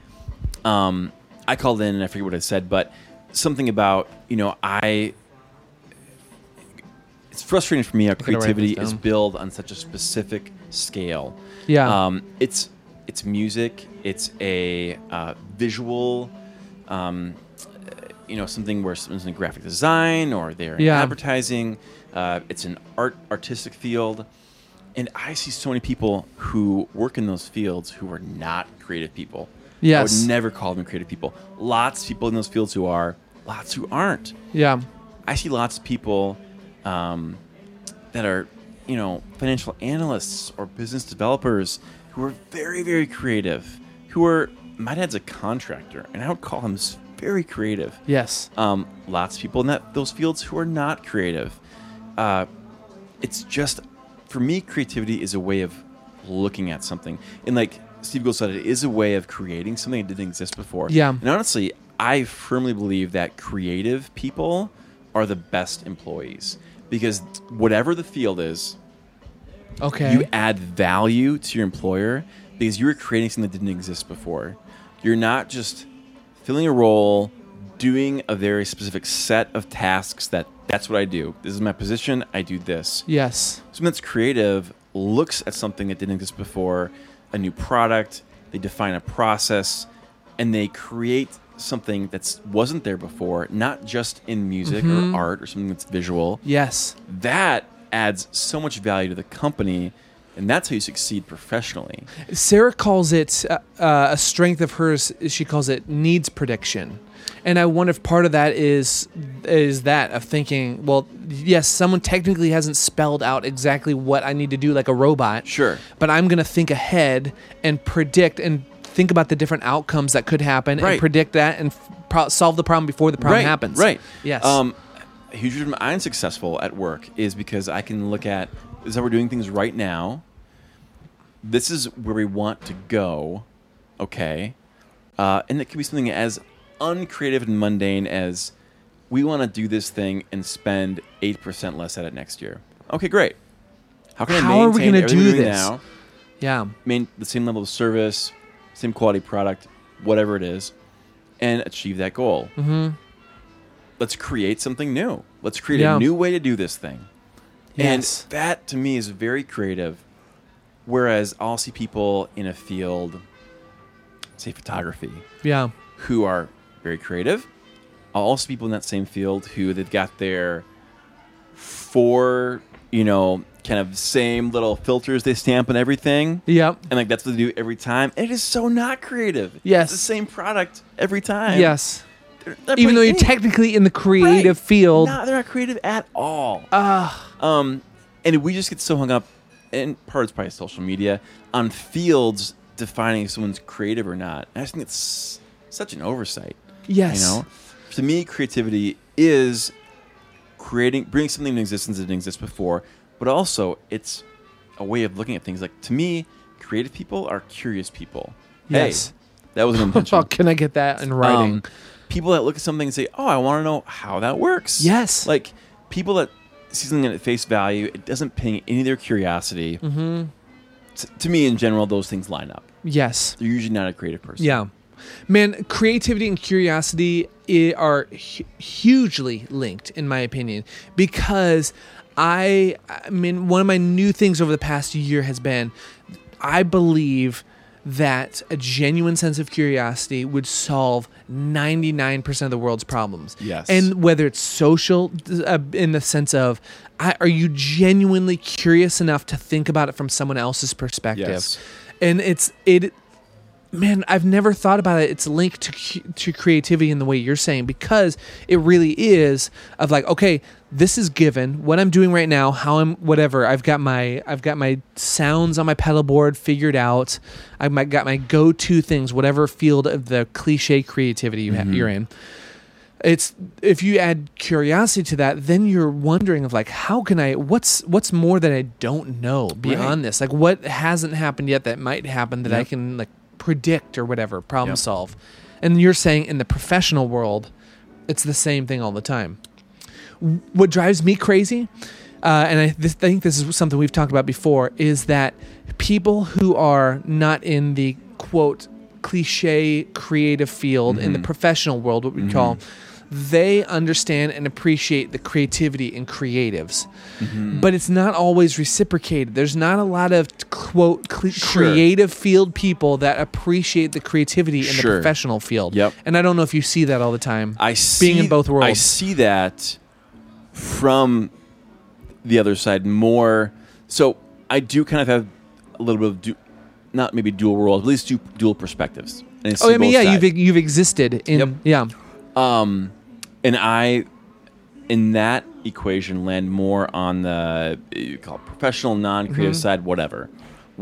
S12: um, I called in and I forget what I said, but something about you know I. It's frustrating for me how
S1: gotta write
S12: creativity
S1: this
S12: is
S1: down.
S12: built on such a specific scale.
S1: Yeah.
S12: Um, it's it's music. It's a uh, visual. Um, you know something where someone's in graphic design or they're
S1: Yeah.
S12: in advertising. Uh, it's an art artistic field, and I see so many people who work in those fields who are not creative people. I
S1: Yes.
S12: would never call them creative people. Lots of people in those fields who are, lots who aren't.
S1: Yeah.
S12: I see lots of people um, that are, you know, financial analysts or business developers who are very, very creative. Who are my dad's a contractor, and I would call him s- very creative.
S1: Yes.
S12: Um, lots of people in that those fields who are not creative. Uh, it's just for me, creativity is a way of looking at something, and like Steve Gould said, it is a way of creating something that didn't exist before.
S1: Yeah.
S12: And honestly, I firmly believe that creative people are the best employees because whatever the field is,
S1: Okay.
S12: you add value to your employer because you were creating something that didn't exist before. You're not just filling a role, doing a very specific set of tasks that that's what I do. This is my position. I do this.
S1: Yes.
S12: Someone that's creative looks at something that didn't exist before, a new product, they define a process, and they create something that wasn't there before, not just in music
S1: Mhm.
S12: or art or something that's visual.
S1: Yes.
S12: That adds so much value to the company, and that's how you succeed professionally.
S1: Sarah calls it uh, uh, a strength of hers. She calls it needs prediction, and I wonder if part of that is is that of thinking. Well, yes, someone technically hasn't spelled out exactly what I need to do, like a robot.
S12: Sure,
S1: but I'm going to think ahead and predict and think about the different outcomes that could happen
S12: Right.
S1: and predict that and f- pro- solve the problem before the problem
S12: right,
S1: happens.
S12: Right.
S1: Yes.
S12: Um, a huge reason I'm successful at work is because I can look at is that we're doing things right now. This is where we want to go. Okay. Uh, and it could be something as uncreative and mundane as we want to do this thing and spend 8% less at it next year. Okay, great. How can I
S1: How are we
S12: maintain
S1: gonna
S12: everything
S1: do
S12: we're doing
S1: this?
S12: now?
S1: Yeah.
S12: Main the same level of service, same quality product, whatever it is, and achieve that goal
S1: Mhm.
S12: let's create something new. Let's create
S1: Yeah.
S12: a new way to do this thing.
S1: Yes.
S12: And that to me is very creative. Whereas I'll see people in a field, say photography,
S1: Yeah.
S12: who are very creative. I'll also see people in that same field who they've got their four, you know, kind of same little filters they stamp on everything.
S1: Yep.
S12: And like that's what they do every time. And it is so not creative.
S1: Yes.
S12: It's the same product every time.
S1: yes.
S12: They're
S1: Even though you're
S12: pretty-
S1: technically in the creative field.
S12: Nah, they're not creative at all. Um, and we just get so hung up, and part is probably social media, on fields defining if someone's creative or not. And I just think it's such an oversight.
S1: Yes.
S12: You know, to me, creativity is creating, bringing something into existence that didn't exist before, but also it's a way of looking at things. Like to me, creative people are curious people.
S1: Yes.
S12: Hey, that was
S1: *laughs*
S12: an intention.
S1: Oh, can I get that in writing?
S12: Um, people that look at something and say, "Oh, I want to know how that works."
S1: Yes.
S12: Like people that see something at face value, it doesn't ping any of their curiosity.
S1: hmm
S12: T- to me, in general, those things line up.
S1: Yes.
S12: They're usually not a creative person.
S1: Yeah. Man, creativity and curiosity i- are hu- hugely linked, in my opinion, because I, I mean, one of my new things over the past year has been I believe that a genuine sense of curiosity would solve 99% of the world's problems.
S12: Yes.
S1: And whether it's social uh, in the sense of, I, are you genuinely curious enough to think about it from someone else's perspective?
S12: Yes.
S1: And it's, it, man i've never thought about it it's linked to cu- to creativity in the way you're saying because it really is of like okay this is given what i'm doing right now how i'm whatever i've got my i've got my sounds on my pedal board figured out i've my- got my go-to things whatever field of the cliche creativity you ha-
S12: Mhm.
S1: you're in it's if you add curiosity to that then you're wondering of like how can i what's what's more that i don't know beyond this like what hasn't happened yet that might happen that i
S12: Yep.
S1: can like predict or whatever problem
S12: Yep.
S1: solve and you're saying in the professional world it's the same thing all the time W- what drives me crazy uh, and I this, think this is something we've talked about before is that people who are not in the quote cliche creative field in the
S12: Mhm.
S1: professional world what we call
S12: Mm-hmm.
S1: they understand and appreciate the creativity in creatives
S12: Mhm.
S1: but it's not always reciprocated there's not a lot of quote cl-
S12: Sure.
S1: creative field people that appreciate the creativity in
S12: Sure.
S1: the professional field
S12: Yep.
S1: and i don't know if you see that all the time
S12: I see,
S1: being in both worlds
S12: I see that from the other side more. So I do kind of have a little bit of du- not maybe dual world, at least du- dual perspectives. And
S1: oh
S12: see
S1: i mean yeah
S12: both sides.
S1: you've you've existed in yeah
S12: Um, and I, in that equation, land more on the uh, you call it professional, non-creative
S1: Mhm.
S8: Mm-hmm.
S12: side, whatever,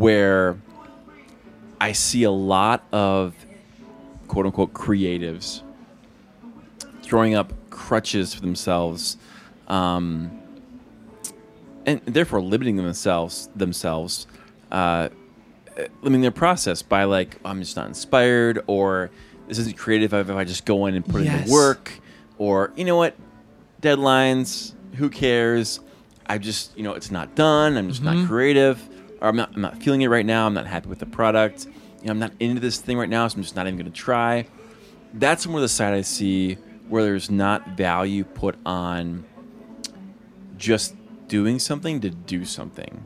S12: where I see a lot of quote unquote creatives throwing up crutches for themselves, um, and therefore limiting themselves themselves, uh, uh, limiting their process by like "Oh, I'm just not inspired or this isn't creative if I just go in and put in
S1: Yes.
S12: the work or you know what deadlines who cares I just you know it's not done I'm just
S1: Mhm.
S12: not creative or I'm not I'm not feeling it right now I'm not happy with the product you know I'm not into this thing right now so I'm just not even going to try that's more the side I see where there's not value put on just doing something to do something.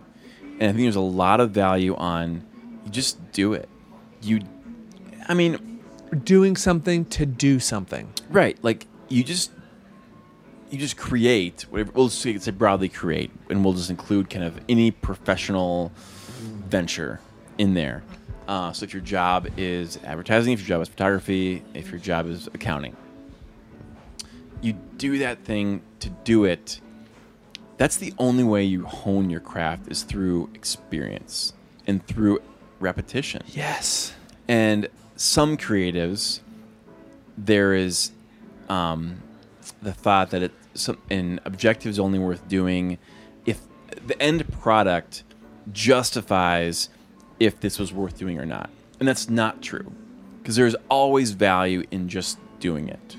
S12: And I think there's a lot of value on you just do it. You, I mean,
S1: doing something to do something.
S12: Right. Like you just, you just create whatever. We'll just say, say broadly create, and we'll just include kind of any professional venture in there. Uh, so if your job is advertising, if your job is photography, if your job is accounting, you do that thing to do it. That's the only way you hone your craft is through experience and through repetition.
S1: Yes.
S12: And some creatives, there is um, the thought that it some, an objective is only worth doing if the end product justifies if this was worth doing or not. And that's not true because there's always value in just doing it.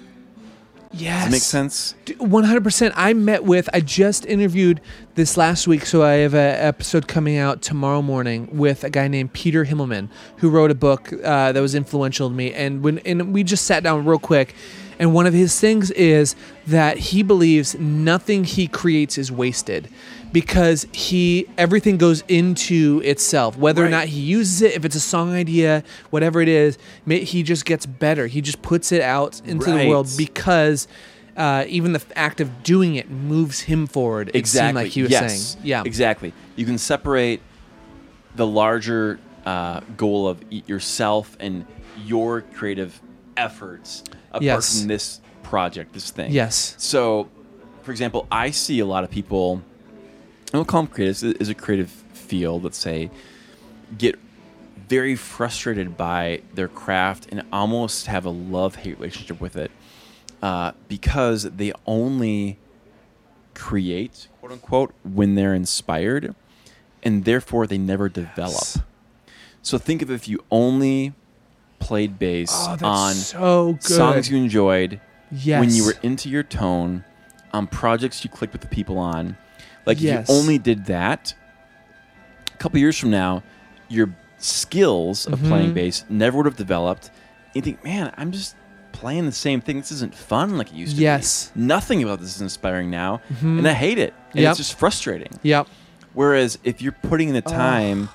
S1: Yes.
S12: Does it make sense?
S1: D- 100%. I met with, I just interviewed this last week, so I have an episode coming out tomorrow morning with a guy named Peter Himmelman who wrote a book uh, that was influential to me. And, when, and we just sat down real quick, and one of his things is that he believes nothing he creates is wasted because he everything goes into itself whether or
S12: Right.
S1: not he uses it if it's a song idea whatever it is ma- he just gets better he just puts it out into the world
S12: Right.
S1: because uh, even the act of doing it moves him forward. It seemed like he was
S12: yes.
S1: saying, "Yeah,
S12: Exactly. You can separate the larger uh, goal of y- yourself and your creative efforts apart
S1: Yes.
S12: from this project, this thing.
S1: Yes.
S12: So, for example, I see a lot of people. I don't call them creatives. It is a creative field. Let's say get very frustrated by their craft and almost have a love hate relationship with it uh, because they only create, quote unquote, when they're inspired, and therefore they never develop. So think of if you only played bass
S1: Oh, that's
S12: on
S1: so good.
S12: songs you enjoyed when you
S1: Yes.
S12: were into your tone, on projects you clicked with the people on. Like if
S1: Yes.
S12: you only did that, a couple years from now, your skills of playing
S1: Mhm.
S12: bass never would have developed. You think, man, I'm just playing the same thing. This isn't fun like it used to
S1: Yes.
S12: be. Nothing about this is inspiring now.
S1: Mhm.
S12: And I hate it. And
S1: Yep.
S12: it's just frustrating.
S1: Yep.
S12: Whereas if you're putting in the
S1: Ugh.
S12: time,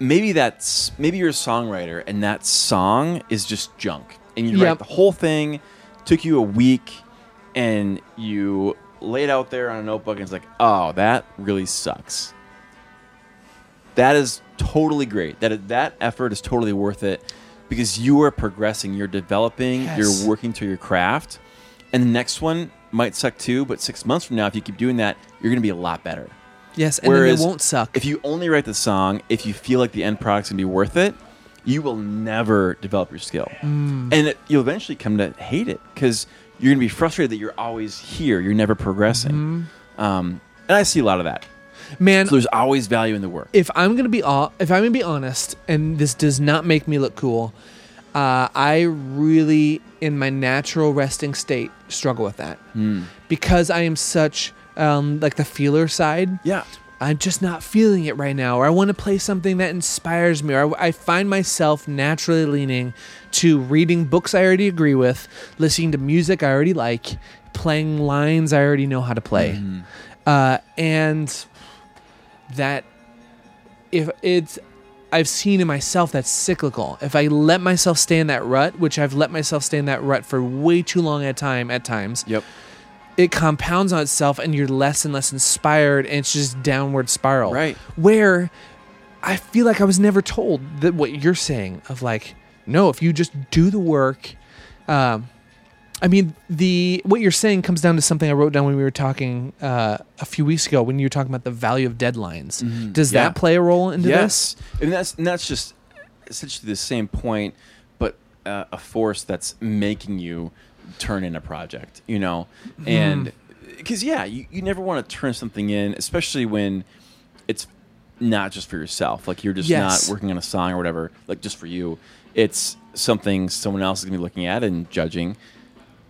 S12: maybe that's maybe you're a songwriter and that song is just junk. And you
S1: Yep.
S12: write the whole thing, took you a week, and you lay it out there on a notebook and it's like, oh, that really sucks. That is totally great. That that effort is totally worth it because you are progressing, you're developing,
S1: Yes.
S12: you're working through your craft. And the next one might suck too, but 6 months from now if you keep doing that, you're going to be a lot better.
S1: yes," and then
S12: Whereas
S1: they won't suck.
S12: If you only write the song, if you feel like the end product's gonna be worth it, you will never develop your skill,
S1: Mm.
S12: and it, you'll eventually come to hate it because you're gonna be frustrated that you're always here, you're never progressing. Um, and I see a lot of that.
S1: Man,
S12: so there's always value in the work.
S1: If I'm gonna be all, if I'm gonna be honest, and this does not make me look cool, uh, I really, in my natural resting state, struggle with that
S12: Hmm.
S1: because I am such um, like the feeler side.
S12: Yeah.
S1: I'm just not feeling it right now, or I want to play something that inspires me, or I, I find myself naturally leaning to reading books I already agree with, listening to music I already like, playing lines I already know how to play,
S12: Hmm.
S1: uh, and that if it's I've seen in myself that's cyclical. If I let myself stay in that rut, which I've let myself stay in that rut for way too long at time at times.
S12: Yep.
S1: It compounds on itself and you're less and less inspired and it's just downward spiral.
S12: Right.
S1: Where I feel like I was never told that what you're saying of like, no, if you just do the work, um, I mean, the what you're saying comes down to something I wrote down when we were talking uh, a few weeks ago when you were talking about the value of deadlines. Does
S12: Mm-hmm. Yeah.
S1: that play a role into
S12: yes. and that's and that's just essentially the same point, but uh, a force that's making you turn in a project, you know, and because yeah, you, you never want to turn something in, especially when it's not just for yourself. Like you're just
S1: Yes.
S12: not working on a song or whatever, like just for you. It's something someone else is gonna be looking at and judging.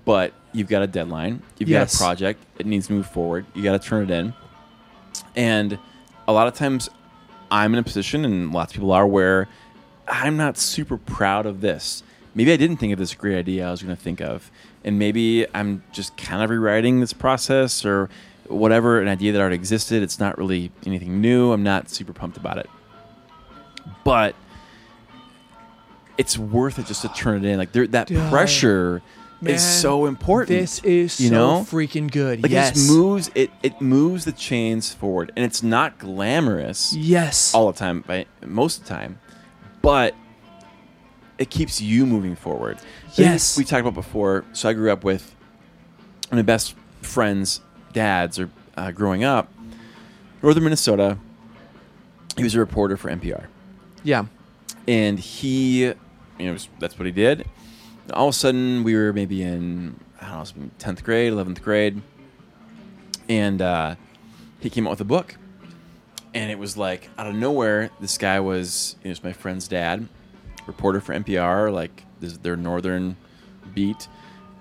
S12: But you've got a deadline. You've got
S1: Yes.
S12: a project. It needs to move forward. You got to turn it in. And a lot of times I'm in a position, and lots of people are, where I'm not super proud of this. maybe I didn't think of this great idea I was going to think of, and maybe I'm just kind of rewriting this process or whatever an idea that already existed. It's not really anything new. I'm not super pumped about it, but it's worth it just to turn it in. Like there, that
S1: Dude.
S12: pressure
S1: Man,
S12: is so important.
S1: This is
S12: you
S1: so
S12: know
S1: freaking good.
S12: Like it
S1: yes.
S12: just moves it it moves the chains forward, and it's not glamorous.
S1: Yes.
S12: all the time, by most of the time, but it keeps you moving forward. I think
S1: Yes.
S12: we talked about before. So I grew up with one of my best friends' dads, or uh, growing up, northern Minnesota. He was a reporter for NPR
S1: Yeah.
S12: and he, you know, was- that's what he did. And all of a sudden, we were maybe in I don't know, tenth grade, eleventh grade, and uh, he came out with a book, and it was like out of nowhere, this guy was, you know, it's my friend's dad, reporter for NPR, like this is their northern beat,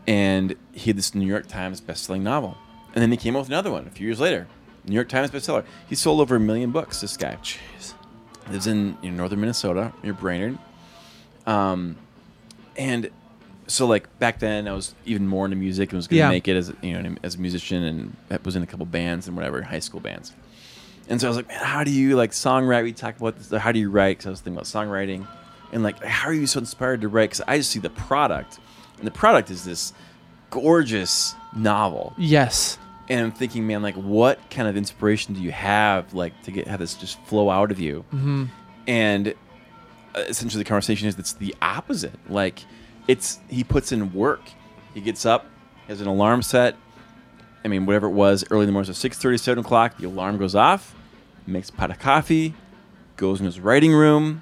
S12: and he had this New York Times best-selling novel, and then he came out with another one a few years later, New York Times bestseller. He sold over a million books. This guy, jeez, lives in you know, northern Minnesota, near Brainerd, um, and so like back then I was even more into music and was going to
S1: Yeah.
S12: make it as you know as a musician and I was in a couple bands and whatever high school bands. And so I was like, man, how do you like songwrite? We talked about this. How do you write? Because I was thinking about songwriting, and like, how are you so inspired to write? Because I just see the product, and the product is this gorgeous novel.
S1: Yes.
S12: And I'm thinking, man, like, what kind of inspiration do you have, like, to get have this just flow out of you?
S1: Mhm.
S12: And uh, essentially, the conversation is it's the opposite. Like, it's he puts in work. He gets up, has an alarm set. I mean, whatever it was, early in the morning, so 6.30, 7 o'clock, the alarm goes off, makes a pot of coffee, goes in his writing room.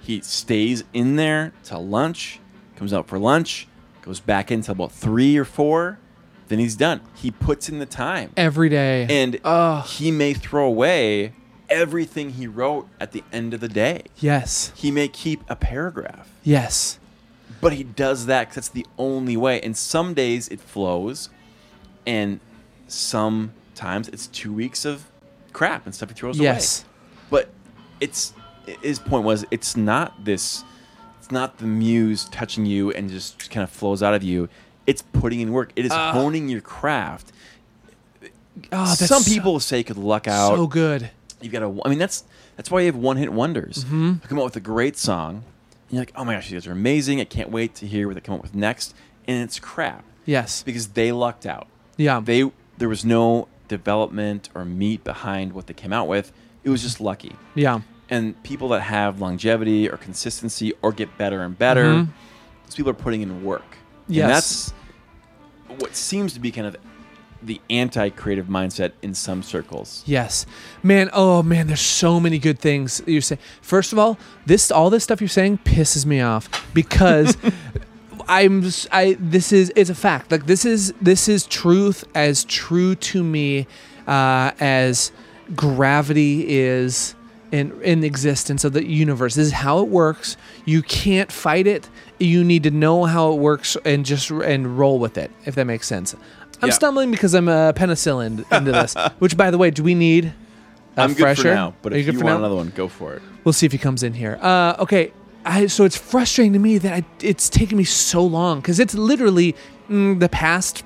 S12: He stays in there till lunch, comes out for lunch, goes back in till about 3 or 4, then he's done. He puts in the time.
S1: Every day.
S12: And he may throw away everything he wrote at the end of the day.
S1: Yes.
S12: He may keep a paragraph.
S1: Yes.
S12: But he does that 'cause that's the only way. And some days it flows, and sometimes it's two weeks of crap and stuff he throws
S1: Yes.
S12: away. But it's his point was it's not this, it's not the muse touching you and just kind of flows out of you. It's putting in work. It is
S1: Ah.
S12: honing your craft.
S1: Ah, that's
S12: some
S1: so-
S12: people say could luck out.
S1: So good.
S12: You've got to. I mean, that's that's why you have one hit wonders.
S1: Mhm.
S12: You come up with a great song, and you're like, oh my gosh, you guys are amazing. I can't wait to hear what they come up with next. And it's crap.
S1: Yes.
S12: Because they lucked out.
S1: Yeah.
S12: They there was no development or meat behind what they came out with. It was just lucky.
S1: Yeah.
S12: And people that have longevity or consistency or get better and better,
S1: Mhm.
S12: those people are putting in work.
S1: Yes.
S12: And that's what seems to be kind of the anti-creative mindset in some circles.
S1: Yes. Man, oh man, there's so many good things you're saying. First of all, this all this stuff you're saying pisses me off
S12: *laughs*
S1: because I'm s- I this is it's a fact. Like this is this is truth as true to me uh, as gravity is in in the existence of the universe. This is how it works. You can't fight it. You need to know how it works and just r- and roll with it. If that makes sense. I'm
S12: Yeah.
S1: stumbling because I'm a uh, penicillin into this. Which, by the way, do we need? A
S12: I'm good
S1: Uh, fresher?
S12: for now, but
S1: Are
S12: if
S1: good
S12: you
S1: for
S12: want
S1: now?
S12: another one, go for it.
S1: We'll see if he comes in here. Uh, okay, I, so it's frustrating to me that I, it's taken me so long because it's literally mm, the past.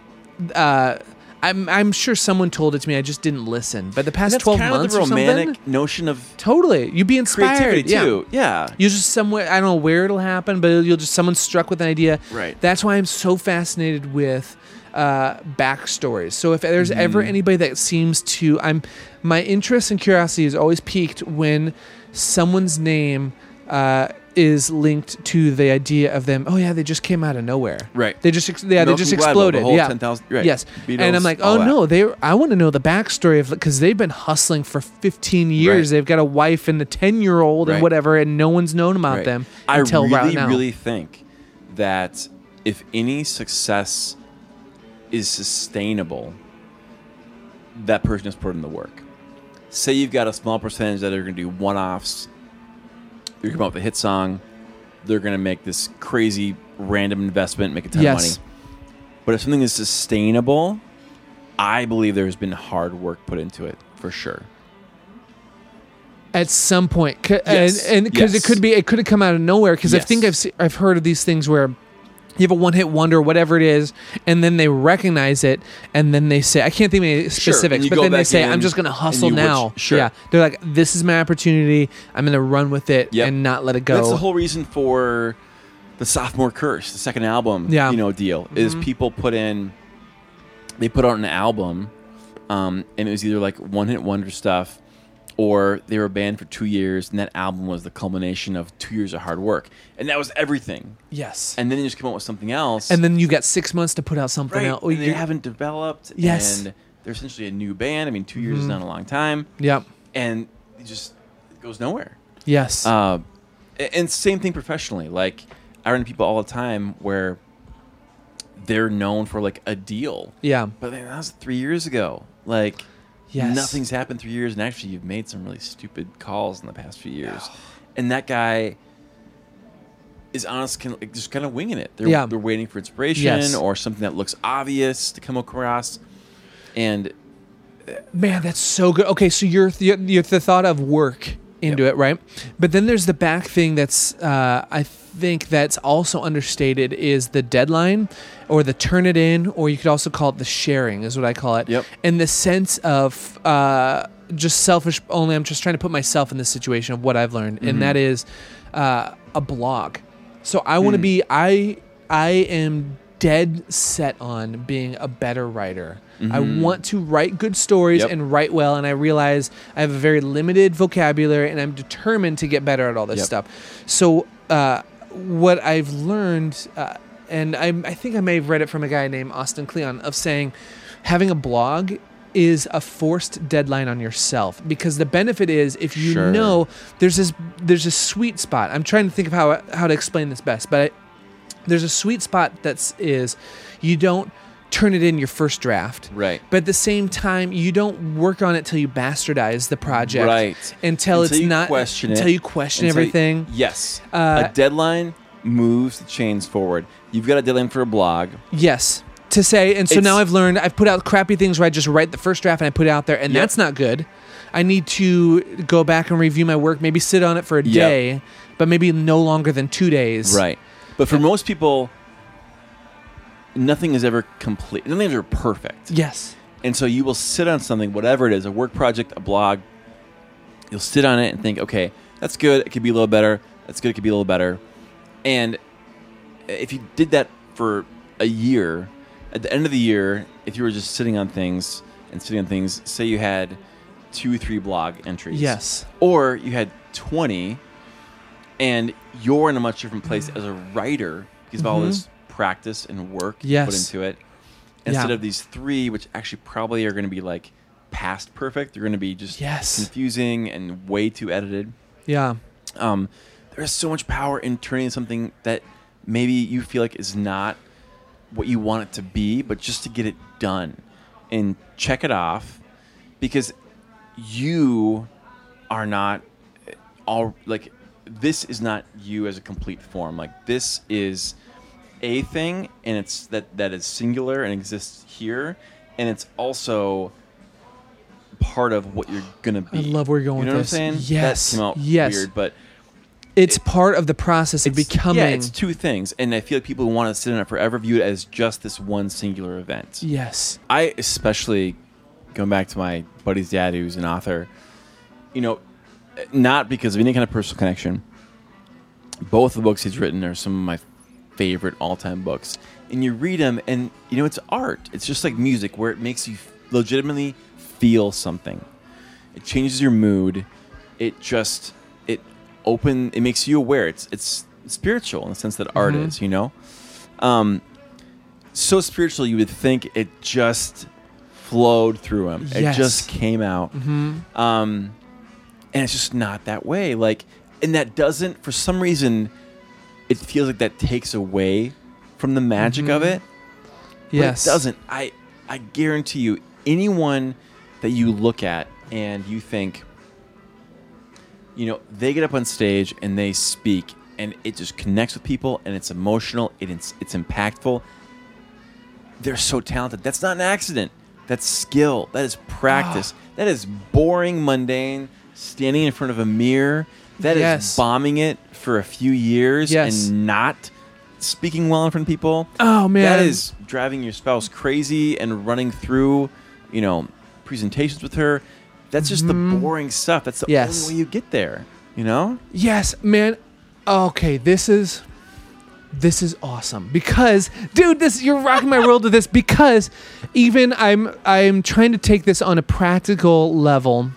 S1: Uh, I'm I'm sure someone told it to me. I just didn't listen. But the past
S12: That's
S1: twelve
S12: kind
S1: months,
S12: of the romantic
S1: or something,
S12: notion of
S1: totally, you'd be inspired.
S12: creativity
S1: yeah.
S12: too. Yeah.
S1: You just somewhere I don't know where it'll happen, but you'll just someone struck with an idea.
S12: Right.
S1: That's why I'm so fascinated with uh backstories. So if there's ever
S12: Mhm.
S1: anybody that seems to I'm my interest and curiosity is always piqued when someone's name uh is linked to the idea of them. Oh yeah, they just came out of nowhere.
S12: Right.
S1: They just ex- yeah, they
S12: Malcolm
S1: just
S12: Gladwell, the
S1: exploded.
S12: whole
S1: yeah.
S12: 10,000 right.
S1: Yes. and I'm
S12: Beatles,
S1: like,
S12: all
S1: "Oh
S12: that.
S1: no, they I want to know the backstory of cuz they've been hustling for 15 years.
S12: Right.
S1: They've got a wife and a 10-year-old and
S12: Right.
S1: whatever and no one's known about
S12: Right.
S1: them
S12: I
S1: until
S12: really,
S1: right now.
S12: really think that if any success is sustainable, that person has put in the work. Say you've got a small percentage that are going to do one offs, you come up with a hit song, they're going to make this crazy random investment, make a ton
S1: Yes.
S12: of money. But if something is sustainable, I believe there's been hard work put into it for sure.
S1: at some point, C-
S12: Yes.
S1: and because
S12: Yes.
S1: it could be, it could have come out of nowhere. Because I
S12: Yes.
S1: think I've se- I've heard of these things where you have a one hit wonder, whatever it is, and then they recognize it, and then they say, I can't think of any specifics,
S12: you
S1: but
S12: go
S1: then they
S12: back
S1: say,
S12: in
S1: I'm just going to
S12: and
S1: hustle
S12: you would-
S1: now.
S12: sure.
S1: Yeah, they're like, this is my opportunity. I'm going to run with it
S12: Yep.
S1: and not let it go.
S12: That's the whole reason for the sophomore curse, the second album,
S1: Yeah.
S12: you know, deal is
S1: Mhm.
S12: people put in, they put out an album, um, and it was either like one hit wonder stuff, or they were banned for two years, and that album was the culmination of two years of hard work, and that was everything.
S1: Yes.
S12: And then you just come up with something else,
S1: and then you got six months to put out something
S12: right?
S1: else.
S12: and they haven't developed.
S1: Yes.
S12: and they're essentially a new band. I mean, two years is
S1: Mhm.
S12: not a long time,
S1: Yep.
S12: and it just it goes nowhere.
S1: Yes.
S12: Uh, a- and same thing professionally. Like I run into people all the time where they're known for like a deal.
S1: Yeah.
S12: But man, that was three years ago. Like
S1: Yes.
S12: nothing's happened three years, and actually you've made some really stupid calls in the past few years. and that guy is honest, can, like, just kind of winging it. They're,
S1: Yeah.
S12: they're waiting for inspiration
S1: Yes.
S12: or something that looks obvious to come across. And
S1: Man, that's so good. Okay, so you're the, you're the thought of work into it, right? But then there's the back thing that's uh, I think that's also understated is the deadline or the turn it in, or you could also call it the sharing is what I call it. Yep. And the sense of uh, just selfish. Only I'm just trying to put myself in this situation of what I've learned,
S12: Mhm.
S1: and that is uh, a blog. So I want to
S12: Hmm.
S1: be I I am dead set on being a better writer. I
S12: Mhm.
S1: want to write good stories
S12: Yep.
S1: and write well. And I realize I have a very limited vocabulary and I'm determined to get better at all this
S12: Yep.
S1: stuff. So, uh, what I've learned, uh, and I, I think I may have read it from a guy named Austin Kleon, of saying having a blog is a forced deadline on yourself because the benefit is if you
S12: Sure.
S1: know there's this there's a sweet spot. I'm trying to think of how how to explain this best, but I, there's a sweet spot that's is you don't turn it in your first draft
S12: right.
S1: but at the same time you don't work on it till you bastardize the project
S12: Right.
S1: until, it's
S12: you
S1: not
S12: question it.
S1: until you question
S12: Until you-
S1: everything
S12: yes.
S1: Uh,
S12: a deadline moves the chains forward. You've got a deadline for a blog.
S1: yes to say and so
S12: It's-
S1: now i've learned i've put out crappy things where i just write the first draft and i put it out there and
S12: Yep.
S1: that's not good i need to go back and review my work maybe sit on it for a
S12: Yep.
S1: day but maybe no longer than two days
S12: Right. But for most people, nothing is ever complete. Nothing is ever perfect.
S1: yes
S12: And so you will sit on something, whatever it is, a work project, a blog. You'll sit on it and think, okay, that's good. It could be a little better. That's good. It could be a little better. And if you did that for a year, at the end of the year, if you were just sitting on things and sitting on things, say you had two, three blog entries.
S1: Yes.
S12: Or you had 20, and you're in a much different place as a writer because of all
S1: Mhm.
S12: this practice and work put
S1: Yes.
S12: into it
S1: Yeah.
S12: instead of these three, which actually probably are going to be like past perfect. They're going to be just
S1: Yes.
S12: confusing and way too edited.
S1: yeah
S12: Um, there is so much power in turning something that maybe you feel like is not what you want it to be, but just to get it done and check it off because you are not all like this is not you as a complete form. Like this is a thing and it's that that is singular and exists here and it's also part of what you're gonna be.
S1: I love where you're going
S12: You know
S1: with
S12: what
S1: this.
S12: I'm saying?
S1: Yes.
S12: That came out
S1: Yes.
S12: weird, but
S1: it's part of the process of becoming
S12: yeah, it's two things, and I feel like people who want to sit in it forever view it as just this one singular event.
S1: yes
S12: I especially going back to my buddy's dad, who's an author. You know, not because of any kind of personal connection. Both the books he's written are some of my favorite all-time books, and you read them, and you know it's art. It's just like music, where it makes you legitimately feel something. It changes your mood. It just it open. It makes you aware. It's it's spiritual in the sense that art
S1: Mhm.
S12: is. You know. Um, so spiritual you would think it just flowed through him
S1: Yes.
S12: it just came out
S1: Mhm.
S12: um, and it's just not that way like and that doesn't for some reason it feels like that takes away from the magic of
S1: Mhm.
S12: it but
S1: yes
S12: it doesn't i i guarantee you anyone that you look at and you think you know they get up on stage and they speak and it just connects with people and it's emotional and it's it's impactful they're so talented that's Ah. not an accident that's skill that is practice that is boring mundane standing in front of a mirror. That is
S1: Yes.
S12: bombing it for a few years
S1: Yes.
S12: and not speaking well in front of people.
S1: Oh, man.
S12: that is driving your spouse crazy and running through, you know, presentations with her. That's just the boring stuff. That's the
S1: Yes.
S12: only way you get there. You know,
S1: Yes, man. Okay, this is this is awesome because dude this you're rocking my world with this because even i'm i'm trying to take this on a practical level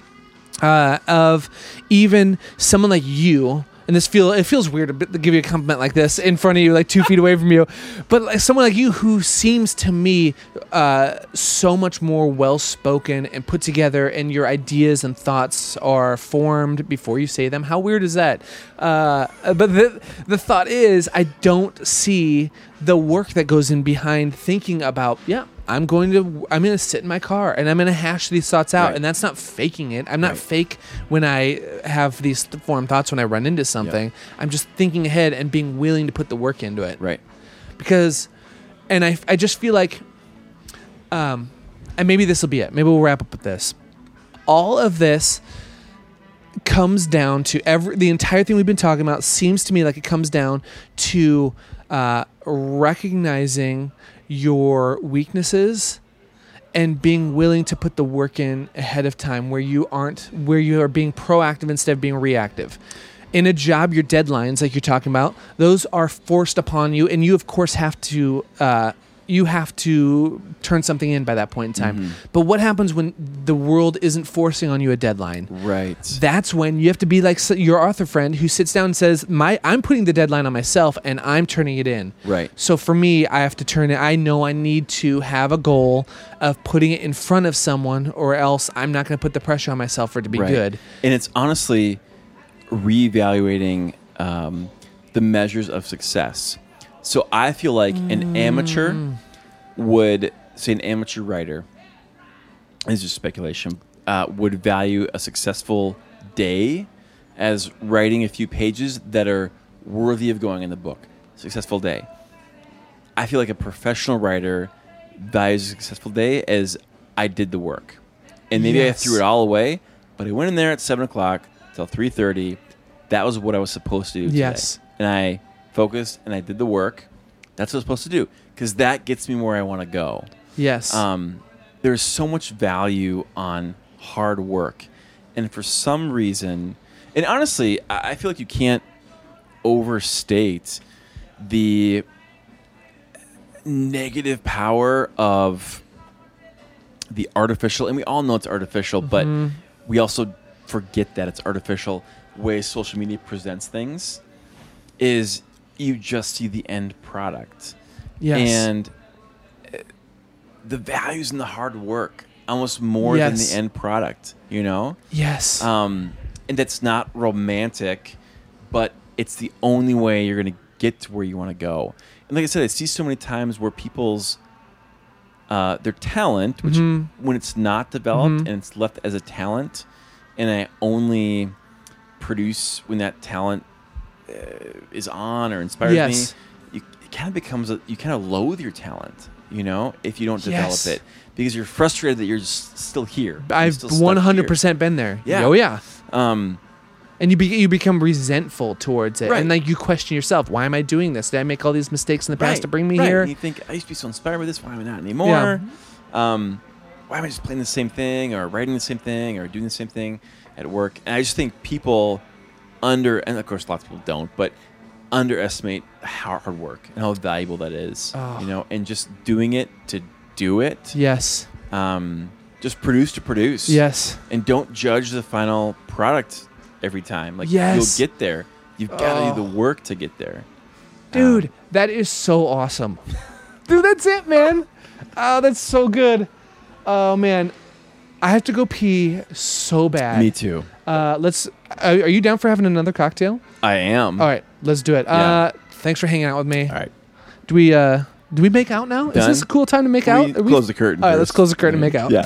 S1: uh, of even someone like you and this feel it feels weird to b- to give you a compliment like this in front of you like two feet away from you but like someone like you who seems to me uh, so much more well spoken and put together and your ideas and thoughts are formed before you say them how weird is that uh, but the, the thought is i don't see the work that goes in behind thinking about yeah I'm going to I'm going to sit in my car and I'm going to hash these thoughts out and that's not faking it. I'm not fake when I have these th- formed thoughts when I run into something. I'm just thinking ahead and being willing to put the work into it.
S12: Right.
S1: Because and I I just feel like um and maybe this will be it. Maybe we'll wrap up with this. All of this comes down to every the entire thing we've been talking about seems to me like it comes down to uh, recognizing your weaknesses and being willing to put the work in ahead of time where you aren't where you are being proactive instead of being reactive in a job your deadlines like you're talking about those are forced upon you and you of course have to uh, you have to turn something in by that point in time but what happens when the world isn't forcing on you a deadline
S12: right
S1: that's when you have to be like s- your author friend who sits down and says my i'm putting the deadline on myself and i'm turning it in
S12: right.
S1: so for me, I have to turn it. I know I need to have a goal of putting it in front of someone, or else I'm not going to put the pressure on myself for it to be
S12: Right.
S1: good.
S12: And it's honestly reevaluating um, the measures of success. So I feel like an amateur would say an amateur writer. This is just speculation. Uh, would value a successful day as writing a few pages that are worthy of going in the book. Successful day. I feel like a professional writer values a successful day as I did the work, and maybe
S1: Yes.
S12: I threw it all away, but I went in there at seven o'clock till three thirty. That was what I was supposed to do. Today.
S1: Yes.
S12: and I focused and I did the work. That's what I was supposed to do because that gets me where I want to go.
S1: Yes.
S12: Um, there's so much value on hard work. And for some reason, and honestly, I I feel like you can't overstate the negative power of the artificial, and we all know it's artificial,
S1: Mhm.
S12: but we also forget that it's artificial way social media presents things is you just see the end product.
S1: Yes.
S12: And uh, the values in the hard work almost more than
S1: Yes.
S12: the end product, you know?
S1: Yes.
S12: Um, and that's not romantic, but it's the only way you're going to get to where you want to go. And like I said, I see so many times where people's uh, their talent, which
S1: Mhm.
S12: when it's not developed
S1: Mhm.
S12: and it's left as a talent, and I only produce when that talent uh, is on or inspires
S1: Yes.
S12: me, you, it kind of becomes a, you kind of loathe your talent, you know, if you don't develop
S1: Yes.
S12: it because you're frustrated that you're just still here. You're
S1: I've
S12: still stuck here.
S1: 100% been there.
S12: Yeah.
S1: Oh yeah.
S12: Um,
S1: And you be, you become resentful towards it,
S12: Right.
S1: and like you question yourself, why am I doing this? Did I make all these mistakes in the past
S12: Right,
S1: to bring me
S12: right.
S1: here?
S12: And you think I used to be so inspired by this. Why am I not anymore? Um, why am I just playing the same thing or writing the same thing or doing the same thing at work? And I just think people under and of course lots of people don't, but underestimate how hard work and how valuable that is.
S1: Oh.
S12: You know, and just doing it to do it.
S1: Yes.
S12: Um, just produce to produce.
S1: Yes.
S12: And don't judge the final product every time. Like
S1: Yes.
S12: you'll get there. You've got to
S1: Oh.
S12: do the work to get there.
S1: Dude, that is so awesome. *laughs* Dude, that's it, man. Oh, that's so good. Oh man, I have to go pee so bad.
S12: Me too.
S1: Uh, let's. Are, are you down for having another cocktail?
S12: I am.
S1: All right, let's do it. Uh, thanks for hanging out with me. All
S12: Um, right.
S1: Do we? Uh, do we make out now? Is
S12: Done.
S1: this a cool time to make
S12: We
S1: out? Are
S12: close the curtain
S1: All right, let's
S12: first. Mm-hmm.
S1: close the curtain and make out.
S12: Yeah.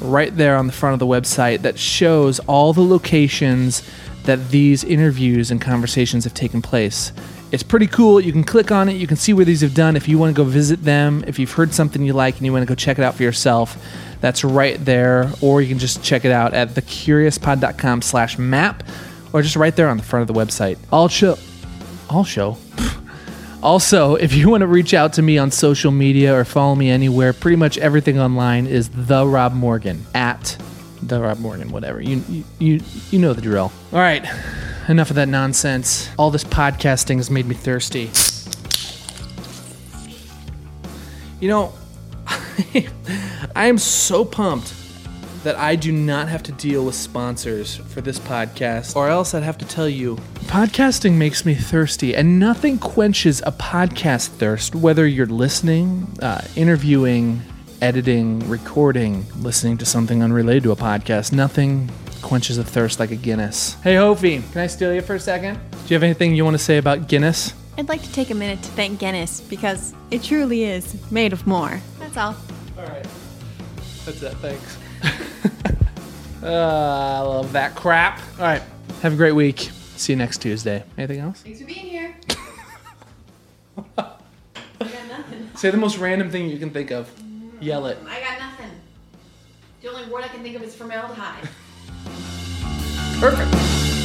S1: right there on the front of the website that shows all the locations that these interviews and conversations have taken place. It's pretty cool. You can click on it. You can see where these have done. If you want to go visit them, if you've heard something you like and you want to go check it out for yourself, that's right there. Or you can just check it out at thecuriouspod.com slash map or just right there on the front of the website. I'll show. I'll show. Also, *laughs* if you want to reach out to me on social media or follow me anywhere, pretty much everything online is the Rob Morgan at the Rob Morgan, whatever. You you you, you know the drill. All right, enough of that nonsense. All this podcasting has made me thirsty. You know, *laughs* I am so pumped that I do not have to deal with sponsors for this podcast, or else I'd have to tell you podcasting makes me thirsty, and nothing quenches a podcast thirst, whether you're listening, uh, interviewing, editing, recording, listening to something unrelated to a podcast. Nothing quenches a thirst like a Guinness. Hey, Hofi, can I steal you for a second? Do you have anything you want to say about Guinness?
S2: I'd like to take a minute to thank Guinness because it truly is made of more. That's all.
S1: All right. That's it. *laughs* Thanks. Uh, I love that crap. All right. Have a great week. See you next Tuesday. Anything else?
S2: Thanks for being here. *laughs* I got nothing.
S1: Say the most random thing you can think of. Yell it.
S2: I got nothing. The only word I can think of is formaldehyde.
S1: Perfect.